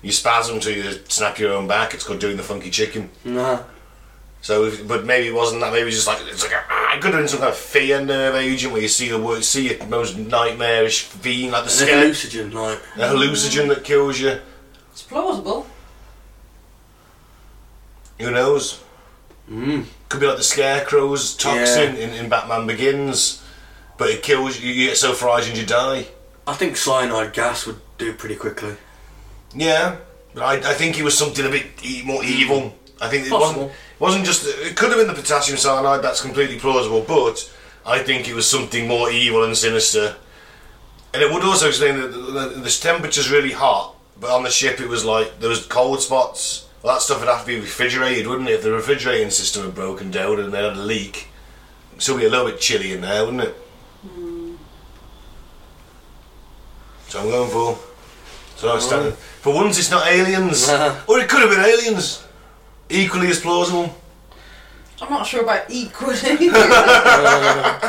A: you spasm till you snap your own back. It's called doing the funky chicken.
B: Nah.
A: So, if, but maybe it wasn't that. Maybe it's just like it's like ah, it could have been some kind of fear nerve agent where you see the word, see your most nightmarish fiend, like the
B: An
A: skeleton,
B: hallucinogen, like.
A: a hallucinogen that kills you.
C: It's plausible.
A: Who knows?
B: Mm.
A: Could be like the scarecrow's toxin in, in Batman Begins, but it kills you. You get so frightened you die.
B: I think cyanide gas would do pretty quickly.
A: Yeah, but I, I think it was something a bit e- more evil. I think it
B: Possible.
A: wasn't it wasn't just it could have been the potassium cyanide. That's completely plausible, but I think it was something more evil and sinister. And it would also explain that the, the, the temperature's really hot, but on the ship it was like there was cold spots. Well, that stuff would have to be refrigerated, wouldn't it? If the refrigerating system had broken down and they had a leak, it'd still be a little bit chilly in there, wouldn't it? So I'm going for. So I stand. For once, it's not aliens, or it could have been aliens. Equally as plausible.
C: I'm not sure about equity. yeah,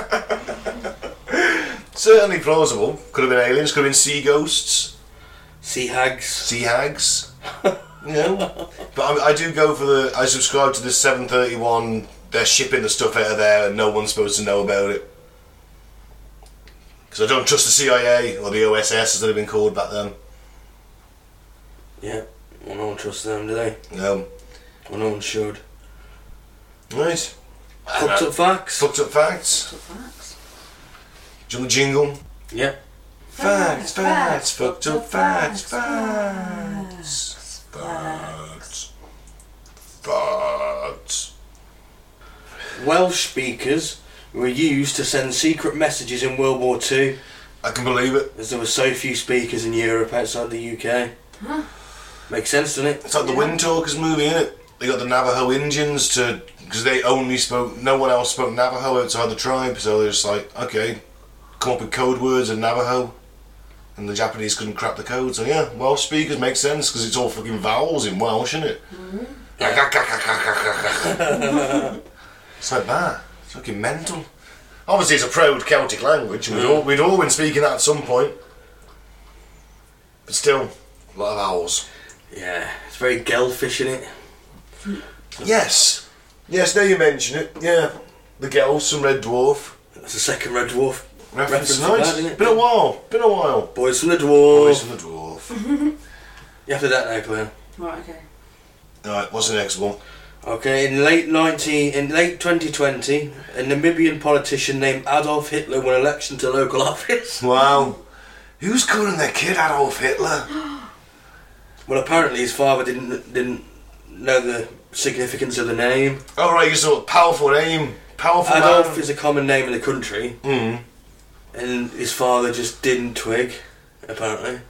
A: Certainly plausible. Could have been aliens. Could have been sea ghosts,
B: Sea hags.
A: sea hags. You know. But I, I do go for the. I subscribe to the 731. They're shipping the stuff out of there, and no one's supposed to know about it. Because I don't trust the CIA or the OSS as they've been called back then.
B: Yeah. Well, no one trusts them, do they?
A: Um,
B: Well, no one should.
A: right.
B: Fucked up facts.
A: Fucked up facts.
C: facts.
A: Do you want the jingle?
B: Yeah.
A: Facts, facts, fucked up facts, facts, facts, facts.
B: Welsh speakers were used to send secret messages in World War Two,
A: I can believe it.
B: as there were so few speakers in Europe outside the UK.
C: Huh.
B: Makes sense, doesn't it?
A: It's like the Wind Talkers movie, is it? They got the Navajo Indians to because they only spoke no one else spoke Navajo outside the tribe, so they're just like, okay, come up with code words in Navajo, and the Japanese couldn't crack the code. So yeah, Welsh speakers make sense because it's all fucking vowels in Welsh, isn't it? it's like that. It's fucking mental. Obviously, it's a proud Celtic language. and We'd all we'd all been speaking that at some point, but still, a lot of vowels.
B: Yeah. It's very Gelfish, in it?
A: Yes. Yes, now you mention it. Yeah. The Gels from Red Dwarf.
B: That's the second Red Dwarf.
A: Reference,
B: Reference to
A: nice.
B: that, isn't it?
A: Been a while. Been a while. Oh.
B: Boys from the
A: Boys
B: Dwarf.
A: from the Dwarf.
B: You have to do that now, Claire.
C: Right, okay.
A: Alright, what's the next one?
B: Okay, in late 19, in late 2020, a Namibian politician named Adolf Hitler won election to local office.
A: Wow. Who's calling their kid Adolf Hitler?
B: Well, apparently his father didn't didn't know the significance of the name.
A: All right, you saw a powerful name. Powerful
B: Adolf
A: man.
B: is a common name in the country,
A: Mm.
B: and his father just didn't twig. Apparently,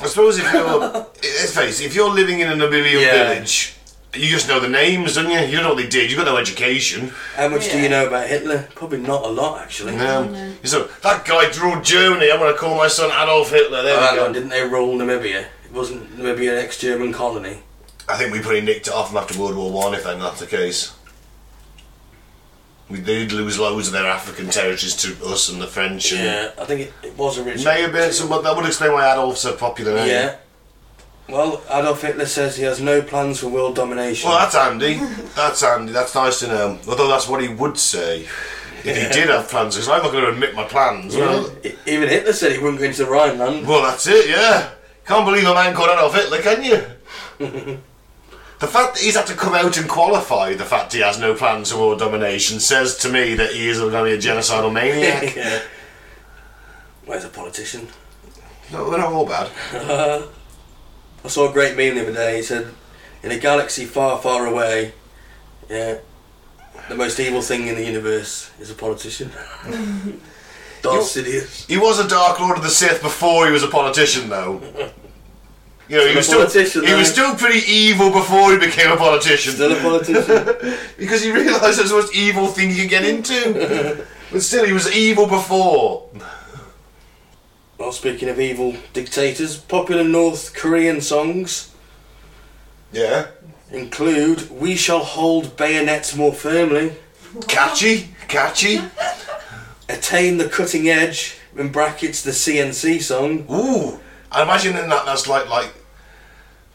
A: I suppose if you're, let's face it, if you're living in a Namibian
B: Yeah.
A: village, you just know the names, don't you? You don't know what they did. You got no education.
B: how much do
C: Yeah.
B: you know about Hitler? Probably not a lot, actually.
A: No.
C: no.
A: You said that guy drew Germany. I'm going to call my son Adolf Hitler. There
B: Oh,
A: we
B: hang
A: go.
B: on, didn't they rule Namibia? It wasn't Namibia an ex-German colony.
A: I think we probably nicked it off them after World War One, if then that's the case. We did lose loads of their African territories to us and the French. And
B: Yeah, I think it, it was originally.
A: May have been, so but that would explain why Adolf's a popular eh? name.
B: Yeah. Well, Adolf Hitler says he has no plans for world domination.
A: Well, that's handy. That's handy. That's nice to know. Although that's what he would say if he did have plans. Because I'm not going to admit my plans.
B: You
A: Well,
B: know, e- even Hitler said he wouldn't go into the Rhineland.
A: well, that's it. Yeah. Can't believe a man called Adolf Hitler, can you? the fact that he's had to come out and qualify the fact he has no plans for world domination says to me that he is going to be a genocidal maniac.
B: yeah. Where's a politician?
A: no, they're not all bad.
B: Uh, I saw a great meme the other day. He said, "In a galaxy far, far away, yeah, the most evil thing in the universe is a politician." Darth Sidious.
A: He was a Dark Lord of the Sith before he was a politician, though. You know, he
B: Still a
A: was still
B: politician,
A: he was still
B: though.
A: pretty evil before he became a politician.
B: Still a politician.
A: because he realised that's the most evil thing you can get into. but still, he was evil before.
B: well, speaking of evil dictators, popular North Korean songs
A: Yeah.
B: include "We Shall Hold Bayonets More Firmly."
A: Catchy, catchy.
B: Attain the Cutting Edge, in brackets the CNC song.
A: Ooh, I imagine in that that's like like.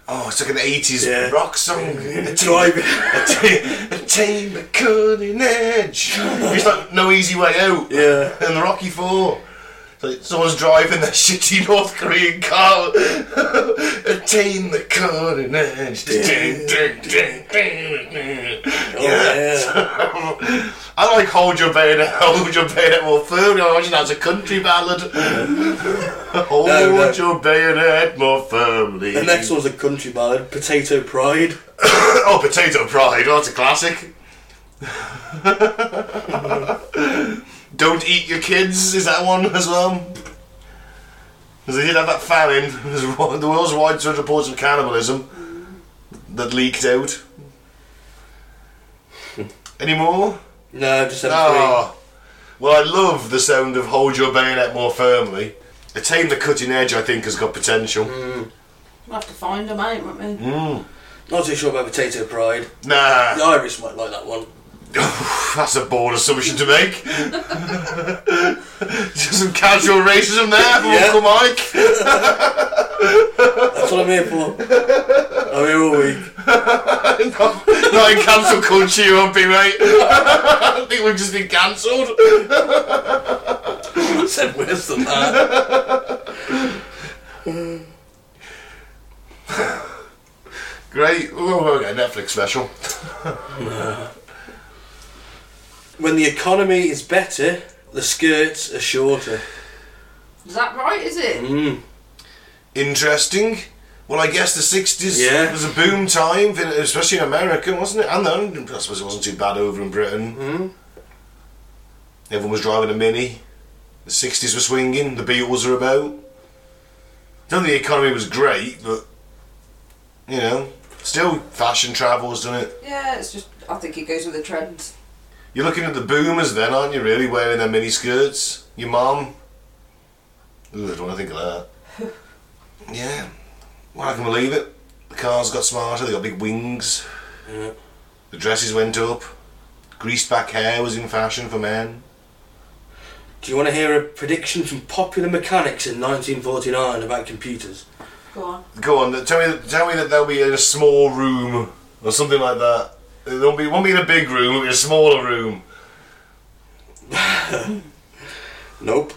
A: Oh, it's like an 80s
B: Yeah.
A: rock song.
B: Drive
A: Attain attain the cutting edge. It's like No Easy Way Out.
B: Yeah.
A: And the Rocky Four. So someone's driving their shitty North Korean car. Attain the cutting edge.
B: Oh,
A: yeah. I like Hold Your Bayonet, Hold Your Bayonet more firmly. I imagine that's a country ballad. Hold
B: No, no.
A: your bayonet more firmly.
B: The next one's a country ballad, Potato Pride.
A: Oh, Potato Pride. Well, that's a classic. Don't eat your kids. Is that one as well? Because they did have that famine. There's wa- There was widespread reports of cannibalism that leaked out. Any more?
B: No, just them three.
A: Ah. Well, I love the sound of "Hold Your Bayonet More Firmly." Attain the cutting edge. I think has got potential.
C: We'll have to find them out, won't we?
B: Mm. Not too sure about Potato Pride.
A: Nah.
B: The Irish might like that one.
A: That's a bold assumption to make. Just some casual racism there from
B: Yeah.
A: Uncle Mike.
B: That's what I'm here for. I'm here all week.
A: not, not in cancel culture, you won't be, mate. I think we've just been cancelled.
B: I said worse than that.
A: Great. Oh, we'll get a Netflix special.
B: When the economy is better, the skirts are shorter.
C: Is that right, is it?
B: Mm.
A: Interesting. Well, I guess the 60s
B: Yeah.
A: was a boom time, especially in America, wasn't it? And then, I suppose it wasn't too bad over in Britain.
B: Mm.
A: Everyone was driving a Mini. The 60s were swinging. The Beatles were about. None of the economy was great, but, you know, still fashion travels, doesn't it?
C: Yeah, it's just, I think it goes with the trend.
A: You're looking at the boomers then, aren't you, really, wearing their mini skirts? Your mum? Ooh, I don't want to think of that. yeah. Well, I can believe it. The cars got smarter, they got big wings.
B: Yeah.
A: The dresses went up. Greased back hair was in fashion for men.
B: Do you want to hear a prediction from popular mechanics in 1949 about computers?
C: Go on.
A: Go on, tell me, tell me that they'll be in a small room or something like that. It won't be, it won't be in a big room. It'll be a smaller room.
B: Nope.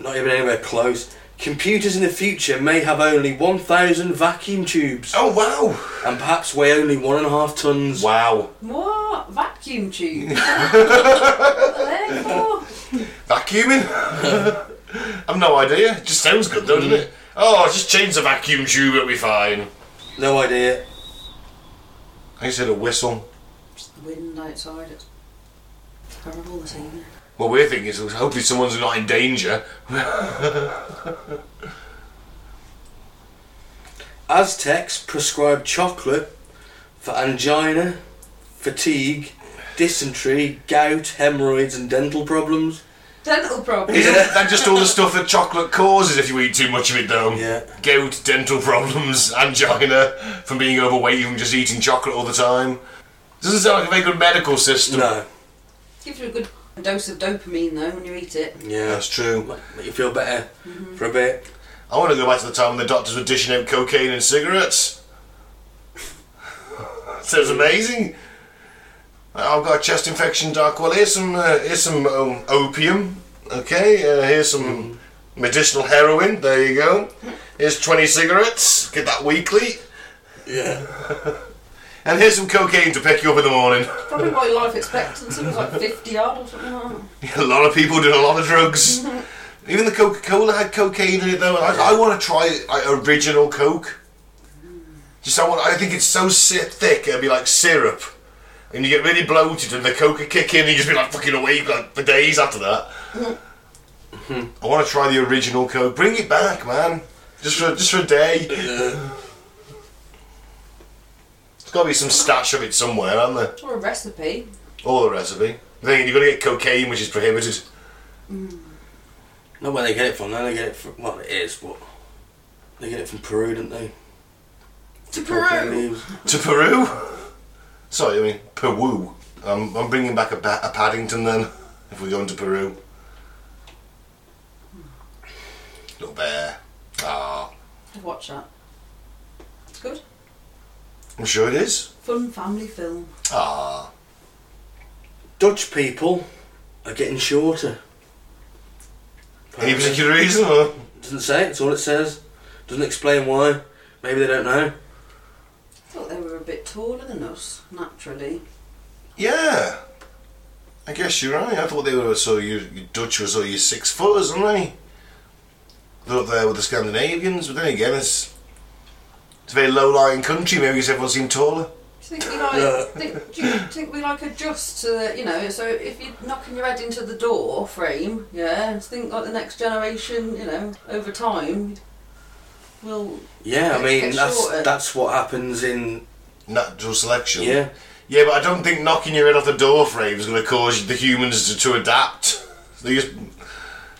B: Not even anywhere close. Computers in the future may have only 1,000 vacuum tubes
A: Oh wow!
B: and perhaps weigh only one and a half tons.
A: Wow!
C: What? Vacuum tube? what are they for?
A: Vacuuming? I've no idea. It just sounds good though, doesn't it? Oh, just change the vacuum tube, it'll be fine.
B: No idea.
A: I said a whistle.
C: It's the wind outside. It's horrible this evening.
A: What we're thinking is hopefully someone's not in danger.
B: Aztecs prescribed chocolate for angina, fatigue, dysentery, gout, hemorrhoids, and dental problems.
C: Dental problems.
A: Isn't that just all the stuff that chocolate causes if you eat too much of it though?
B: Yeah.
A: Gout, dental problems, angina from being overweight from just eating chocolate all the time. Doesn't sound like a very good medical system.
B: No.
C: Gives you a good dose of dopamine though when you eat it.
B: Yeah.
A: That's true.
B: Make make you feel better for a bit.
A: I want to go back to the time when the doctors were dishing out cocaine and cigarettes. Sounds amazing. I've got a chest infection, Doc. Well, here's some, uh, here's some um, opium. Okay, uh, here's some medicinal heroin. There you go. Here's 20 cigarettes. Get that weekly.
B: Yeah.
A: And here's some cocaine to pick you up in the morning.
C: Probably my life expectancy was like 50 odd or something like that.
A: a lot of people did a lot of drugs. Even the Coca Cola had cocaine in it, though. and I, I want to try like, original Coke. Just I, want, I think it's so si- thick, it'd be like syrup. And you get really bloated, and the Coca kick in, and you just be like fucking awake like, for days after that. I want to try the original Coke. Bring it back, man. Just for, just for a day. There's got to be some stash of it somewhere, aren't there?
C: Or a recipe.
A: All the recipe. Then you've got to get cocaine, which is prohibited.
B: Not where they get it from, though. They get it from, well, it is, but they get it from Peru, don't they?
C: To
B: Cocaine
C: Peru.
B: leaves.
A: To Peru? Sorry, I mean Peru. Um, I'm bringing back a, ba- a Paddington then, if we're going to Peru. Little bear. Ah,
C: I'd watch that. It's good.
A: I'm sure it is.
C: Fun family film.
A: Ah,
B: Dutch people are getting shorter.
A: any particular reason? Or?
B: Doesn't say. It's all it says. Doesn't explain why. Maybe they don't know.
C: thought they were a bit taller than us, naturally.
A: Yeah, I guess you're right. I thought they were so you, you Dutch was all you six footers, aren't they? They're up there with the Scandinavians, but then again, it's it's a very low-lying country. Maybe because everyone seemed taller.
C: Do you think we like?
B: Yeah.
C: Think, do you think we like adjust to the? You know, so if you're knocking your head into the door frame, yeah. just Think like the next generation. You know, over time, will
B: Yeah, I
C: They
B: mean
C: get
B: that's
C: shorter.
B: that's what happens in
A: Natural selection.
B: yeah.
A: Yeah, but I don't think knocking your head off the door frame is going to cause the humans to, to adapt. They just,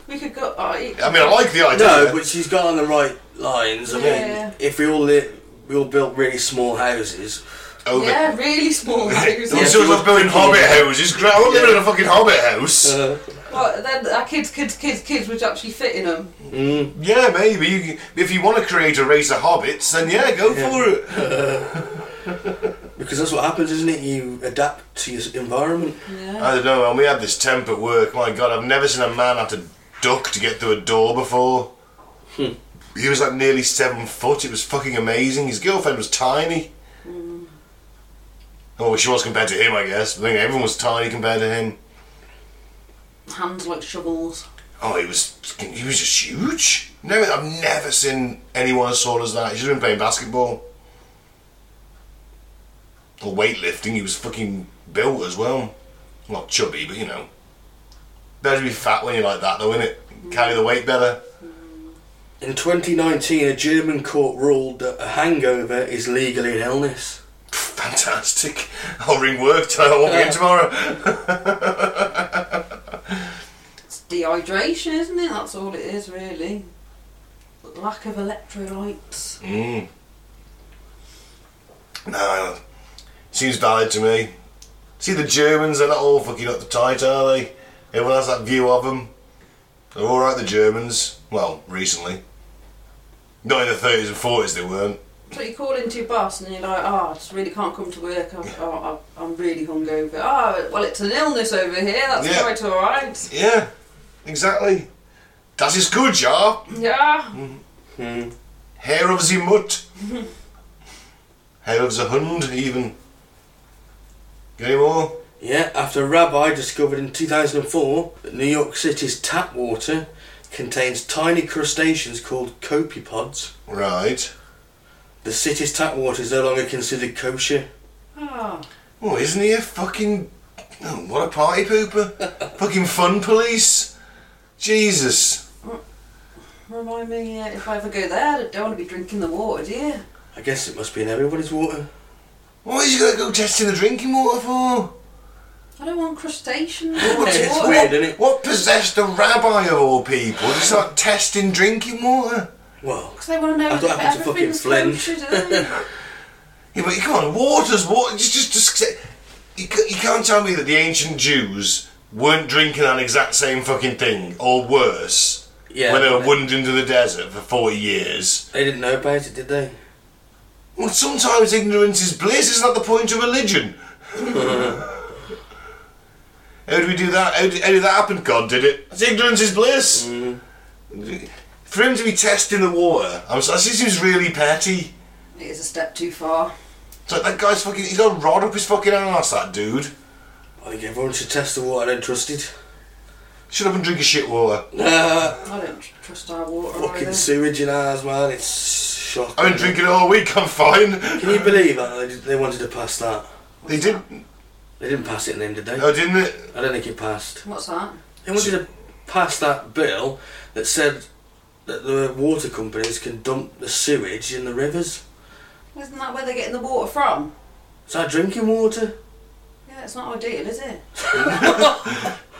C: we could go. Uh,
A: I mean, I like the idea.
B: No, but she's gone on the right lines. I
C: Yeah.
B: mean, if we all live, we all built really small houses.
A: Over.
C: yeah, really small houses.
A: I'm
B: Yeah.
A: sure they're building hobbit houses. Gra- I'm not living in a fucking hobbit house.
B: Uh,
C: Well, then our kids, kids, kids, kids would actually fit in them.
B: mm,
A: yeah, maybe. You, can- if you want to create a race of hobbits, then yeah, go for it.
B: because that's what happens, isn't it? You adapt to your environment.
C: Yeah.
A: I don't know, and we had this temp at work. My God, I've never seen a man have to duck to get through a door before. He was like nearly seven foot. It was fucking amazing. His girlfriend was tiny. Oh, well, she was compared to him, I guess. I think everyone was tiny compared to him.
C: Hands like shovels.
A: Oh, he was he was just huge. Never, I've never seen anyone as tall as that. He should have been playing basketball or weightlifting. He was fucking built as well. Not chubby, but you know, better to be fat when you're like that, though, isn't it? Carry the weight better.
B: In 2019, a German court ruled that a hangover is legally an illness.
A: Fantastic. I'll ring work tonight. I won't be in tomorrow.
C: It's dehydration, isn't it? That's all it is, really. Lack of electrolytes.
A: Mm. No, seems valid to me. See, the Germans, they're not all fucking up to tight, are they? Everyone has that view of them. They're alright, the Germans. Well, recently. Not in the 30s and 40s, they weren't.
C: So you call into your boss and you're like, oh, I just really can't come to work. I'm, oh, I'm I'm really hungover. Oh, well, it's an illness over here. That's
A: Yeah.
C: quite all right.
A: Yeah, exactly. Das ist gut, ja.
C: Yeah.
B: Hmm.
A: Hair of the Mutt. Hair of the Hund, even. Got any more?
B: Yeah, after a rabbi discovered in 2004 that New York City's tap water contains tiny crustaceans called copepods,
A: Right.
B: the city's tap water is no longer considered kosher.
C: Oh.
A: Oh, isn't he a fucking. Oh, what a party pooper. fucking fun police. Jesus.
C: Remind me uh, if I ever go there, I don't want to be drinking the water, do you?
B: I guess it must be in everybody's water.
A: What is he gonna go testing the drinking water for?
C: I don't want crustaceans.
A: What's-
B: Oh, It's
A: what-
B: weird, isn't it?
A: What possessed the rabbi of all people to start testing drinking water?
B: Well,
C: Because they want to know
B: I
C: if
B: don't have to fucking
C: everything's
B: flinch.
C: kosher, do they?
A: Yeah, but come on, water's water. Just, just, just say- you, ca- you can't tell me that the ancient Jews weren't drinking that exact same fucking thing, or worse,
B: yeah.
A: when they were
B: they-
A: wandering into the desert for 40 years.
B: They didn't know about it, did they?
A: Well, sometimes ignorance is bliss, isn't that the point of religion? how do we do that? How did, how did that happen? God did it. That's ignorance is bliss. For him to be testing the water, I'm sorry, this seems really petty.
C: It is a step too far.
A: It's like that guy's fucking, he's got a rod up his fucking ass, that dude.
B: I think everyone should test the water they trusted.
A: Shut up and drink a shit water.
B: Ah,
C: I don't tr- trust our water
B: fucking
C: either.
B: sewage in ours, man. It's shocking.
A: I've been drinking it all week, I'm fine.
B: Can you believe that they, they wanted to pass that?
A: They did.
B: They didn't pass it in them, did they?
A: No, didn't it?
B: I don't think it passed.
C: What's that?
B: They wanted to pass that bill that said that the water companies can dump the sewage in the rivers.
C: Isn't that where they're getting the water from?
B: Is that drinking water?
C: Yeah, it's not ideal, is it?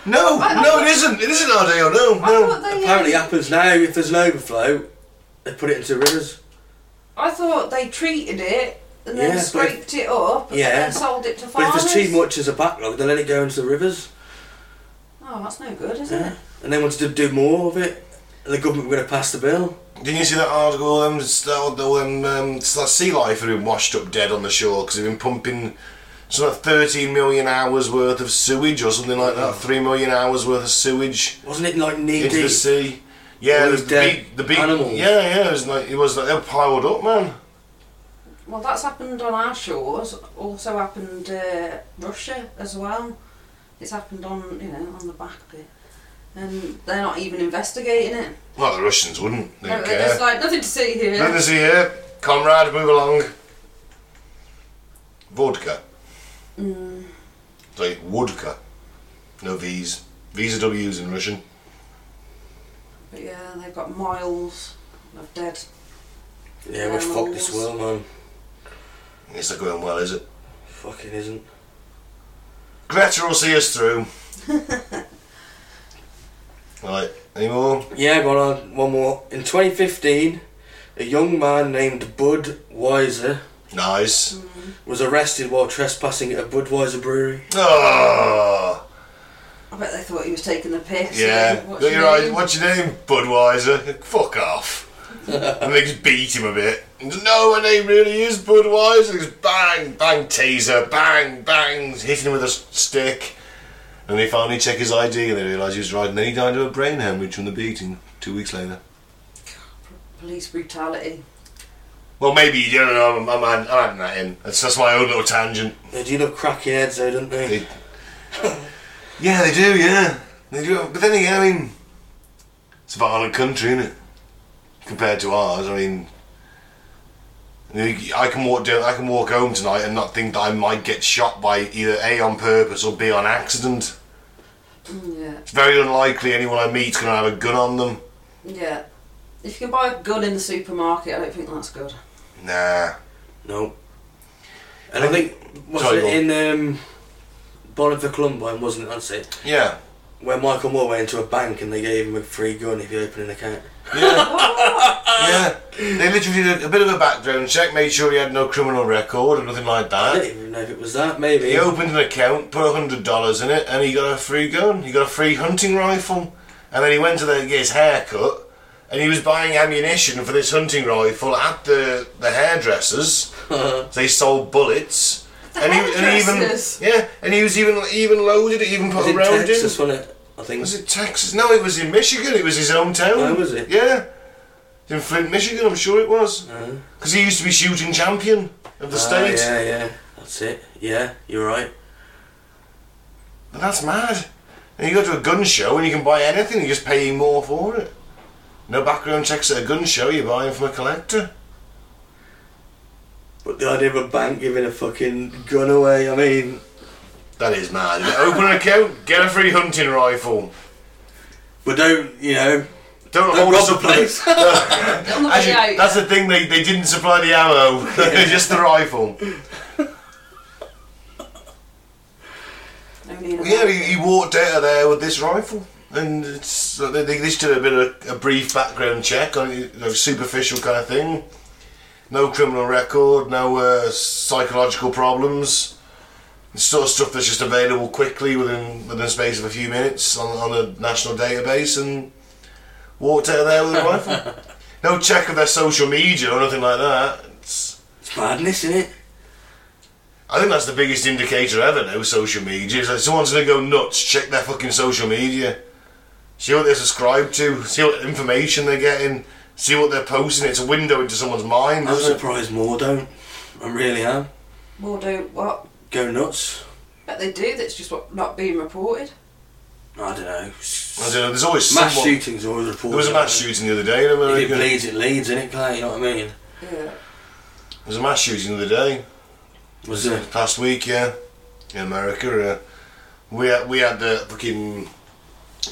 A: No, no, it isn't. It isn't our deal, no,
C: I
A: no.
C: thought they. uh,
B: Apparently, it happens now. If there's an overflow, they put it into rivers.
C: I thought they treated it and
B: Yeah,
C: then
B: but if-
C: scraped it up and
B: Yeah.
C: then sold it to
B: But if
C: farmers.
B: there's too much as a backlog, they let it go into the rivers.
C: Oh, that's no good, is
B: Yeah.
C: it?
B: And they wanted to do more of it. And the government were going to pass the bill.
A: Didn't you see that article? All them, all them um, it's that sea life had been washed up dead on the shore because they've been pumping something like 13 million hours worth of sewage or something like that. 3 million hours worth of sewage
B: Wasn't it like knee
A: into the
B: deep?
A: sea. Yeah,
B: All
A: there's
B: these
A: the
B: dead
A: big, the big
B: animals.
A: Yeah, yeah, it was like it was like they were piled up, man.
C: Well, that's happened on our shores. Also happened uh, Russia as well. It's happened on you know on the back bit, and they're not even investigating it.
A: Well, the Russians wouldn't. They
C: They're
A: don't
C: just
A: care.
C: like nothing to see here.
A: Nothing to see here, comrade. Move along. Vodka.
C: Mm,
A: It's like vodka. No V's. V's are W's in Russian.
C: but yeah, they've got miles of dead.
B: Yeah, we're fucked this world, man.
A: It's not going well, is it?
B: Fucking isn't.
A: Greta will see us through. right, any more?
B: Yeah, go on. One more. In 2015, a young man named Bud Weiser
A: Nice.
C: Mm.
B: was arrested while trespassing at a Budweiser brewery.
A: Oh,
C: I bet they thought he was taking the piss.
A: yeah.
C: Like, what's
A: Got
C: your
A: your eyes-
C: name?
A: What's your name? Budweiser. Fuck off. and they just beat him a bit. No, my name really is Budweiser. Just bang, bang, taser, bang, bang, hitting him with a s- stick. And they finally check his ID and they realise he was right. And then he died of a brain hemorrhage from the beating two weeks later.
C: Police brutality.
A: Well, maybe you don't know. I'm, I'm, I'm adding that in. That's, that's my own little tangent.
B: They do look cracky heads, though, don't they?
A: They- yeah, they do. Yeah, they do. But then again, I mean, it's a violent country, isn't it? Compared to ours, I mean, I can walk down, I can walk home tonight and not think that I might get shot by either a on purpose or b on accident.
C: Mm, yeah.
A: It's very unlikely anyone I meet's gonna have a gun on them.
C: Yeah. If you can buy a gun in the supermarket, I don't think that's good.
A: Nah.
B: No. And I think, was
A: Sorry,
B: it
A: go on.
B: in um, Bonnet for Columbine, wasn't it? That's it.
A: Yeah.
B: Where Michael Moore went into a bank and they gave him a free gun if you open an account.
A: Yeah.
C: Oh,
A: yeah. They literally did a bit of a background check, made sure he had no criminal record or nothing like
B: I
A: that.
B: don't even know if it was that, maybe.
A: He opened an account, put hundred dollars in it, and he got a free gun. He got a free hunting rifle, and then he went to the, get his hair cut, and he was buying ammunition for this hunting rifle at the the hairdressers. so they sold bullets.
C: The
A: and he, and he even
C: hairdressers?
A: yeah, and he was even even loaded, even
B: It was
A: put
B: in
A: around
B: Texas,
A: him.
B: wasn't it? I I think. Ah,
A: Was it Texas? No, it was in Michigan. It was his hometown.
B: Oh, was it?
A: Yeah. In Flint, Michigan, I'm sure it was.
B: No.
A: Because he used to be shooting champion of the
B: Uh-huh. Ah,
A: state.
B: Yeah, yeah. That's it. Yeah, you're right.
A: But that's mad. And you go to a gun show and you can buy anything, you just pay more for it. No background checks at a gun show, you're buying from a collector.
B: But the idea of a bank giving a fucking gun away, I mean,
A: That is mad. isn't it? Open an account, get a free hunting rifle.
B: but don't, you know,
A: Don't,
B: don't
A: hold
B: rob
A: us
B: the
A: up
B: place.
C: Get on the
A: Actually,
C: way out.
A: that's the thing, they, they didn't supply the ammo, just the rifle.
C: No need of
A: Yeah,
C: that.
A: he, he walked out of there with this rifle. And it's, they, they just did a bit of a brief background check on you know, superficial kind of thing. No criminal record, no uh, psychological problems. The sort of stuff that's just available quickly within within the space of a few minutes on, on a national database and walked out of there with a rifle. No check of their social media or nothing like that. It's,
B: it's madness, isn't it?
A: I think that's the biggest indicator ever now, social media. It's like someone's gonna go nuts, check their fucking social media. See what they're subscribed to, see what information they're getting, see what they're posting. It's a window into someone's mind,
B: I'm
A: isn't it?
B: surprised more don't. I really am.
C: More do what?
B: Go nuts.
C: Bet they do. That's just what not being reported.
B: I don't know.
A: I don't know, there's always
B: Mass
A: someone-
B: shootings always reported.
A: There was a mass shooting the other day in
B: If
A: America.
B: it bleeds, it leads, innit, Clay? You know what I mean?
C: Yeah.
A: There was a mass shooting the other day.
B: Was there?
A: Past week, yeah, in America, uh, we had, we had the fucking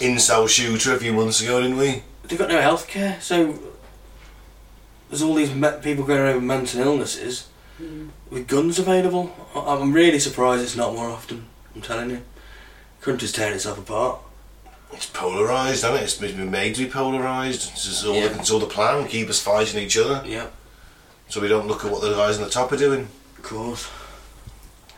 A: incel shooter a few months ago, didn't we?
B: They've got no healthcare, so there's all these me- people going around with mental illnesses with guns available. I- I'm really surprised it's not more often. I'm telling you, country's tearing itself apart.
A: It's polarised, hasn't it? It's been made to be polarised. It's, just all
B: Yeah.
A: the, it's all the plan, keep us fighting each other.
B: Yeah,
A: So we don't look at what the guys on the top are doing.
B: of course.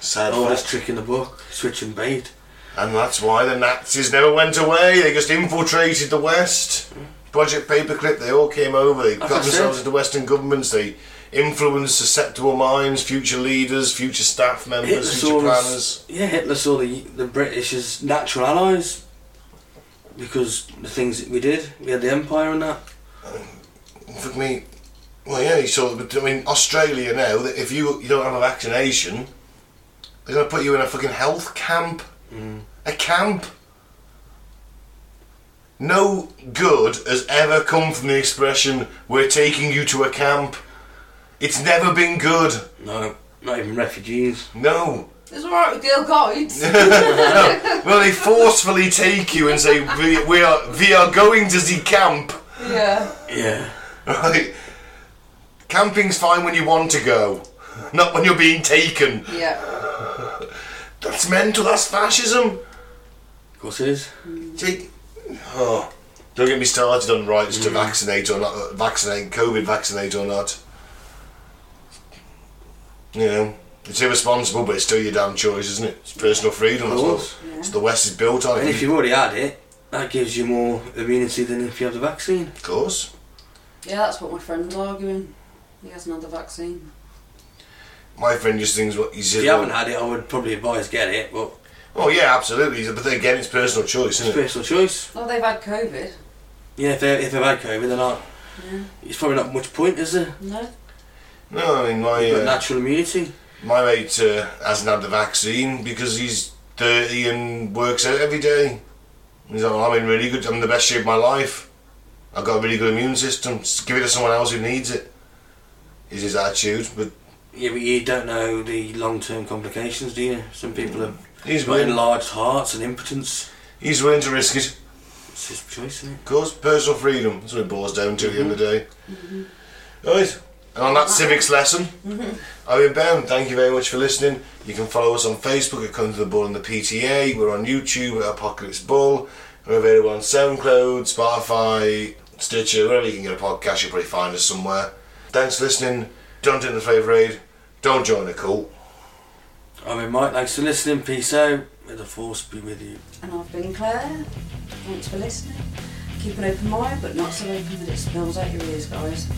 A: Sad
B: Oldest
A: fact.
B: trick in the book: switch and bait.
A: And that's why the Nazis never went away. They just infiltrated the West. Project Paperclip, they all came over. They
B: Like
A: got
B: I said.
A: themselves into Western governments. They influenced susceptible minds, future leaders, future staff
B: Hitler
A: members,
B: saw
A: future
B: us,
A: planners.
B: yeah, Hitler saw the the British as natural allies because the things that we did, we had the empire and that.
A: Fuck me. Well, yeah, you saw. But I mean, Australia now. that If you you don't have a vaccination, they're gonna put you in a fucking health camp. A camp. No good has ever come from the expression "we're taking you to a camp." It's never been good.
B: No, not even refugees.
A: No.
C: It's alright with girl guides.
A: Well, they forcefully take you and say we, we are we are going to the camp.
C: yeah.
B: Yeah.
A: Right. Camping's fine when you want to go, not when you're being taken.
C: Yeah.
A: That's mental. That's fascism.
B: Of course it is.
A: See, oh, don't get me started on rights
B: Mm.
A: to vaccinate or not uh, vaccinate, COVID vaccinate or not. You know, it's irresponsible, but it's still your damn choice, isn't it? It's personal freedom.
B: Of
A: that's what
B: course.
A: that's what the West is built on.
B: And if you've already had it, that gives you more immunity than if you have the vaccine.
A: of course,
C: Yeah, that's what my friend's arguing. He hasn't had the vaccine.
A: my friend just thinks what he's.
B: If you haven't had it, I would probably advise get it, but
A: Oh yeah, absolutely. But then again, it's personal choice,
B: it's
A: isn't it?
B: personal choice.
C: Oh, they've had COVID.
B: Yeah, if, they, if they've had COVID, they're not.
C: Yeah.
B: It's probably not much point, is there?
C: No.
A: No, I mean my.
B: You've got
A: uh,
B: natural immunity.
A: My mate uh, hasn't had the vaccine because he's 30 and works out every day. He's like, I'm in really good, I'm in the best shape of my life. I've got a really good immune system. Just give it to someone else who needs it, is his attitude. But
B: Yeah, but you don't know the long-term complications, do you? Some people have
A: he's
B: got
A: willing,
B: enlarged hearts and impotence.
A: he's willing to risk it.
B: It's his choice, isn't it?
A: Of course, personal freedom. That's what it boils down to at the end of the day. Right. And on that civics lesson, I've been Ben. Thank you very much for listening. You can follow us on Facebook at Come to the Bull and the PTA. We're on YouTube at Apocalypse Bull. We're available on SoundCloud, Spotify, Stitcher, wherever you can get a podcast, you'll probably find us somewhere. Thanks for listening. Don't do the favour aid. Don't join a cult.
B: I mean, Mike, thanks for listening. Peace out. May the force be with you.
C: And I've been Claire. Thanks for listening. Keep an open mind, but not so open that it spills out your ears, guys.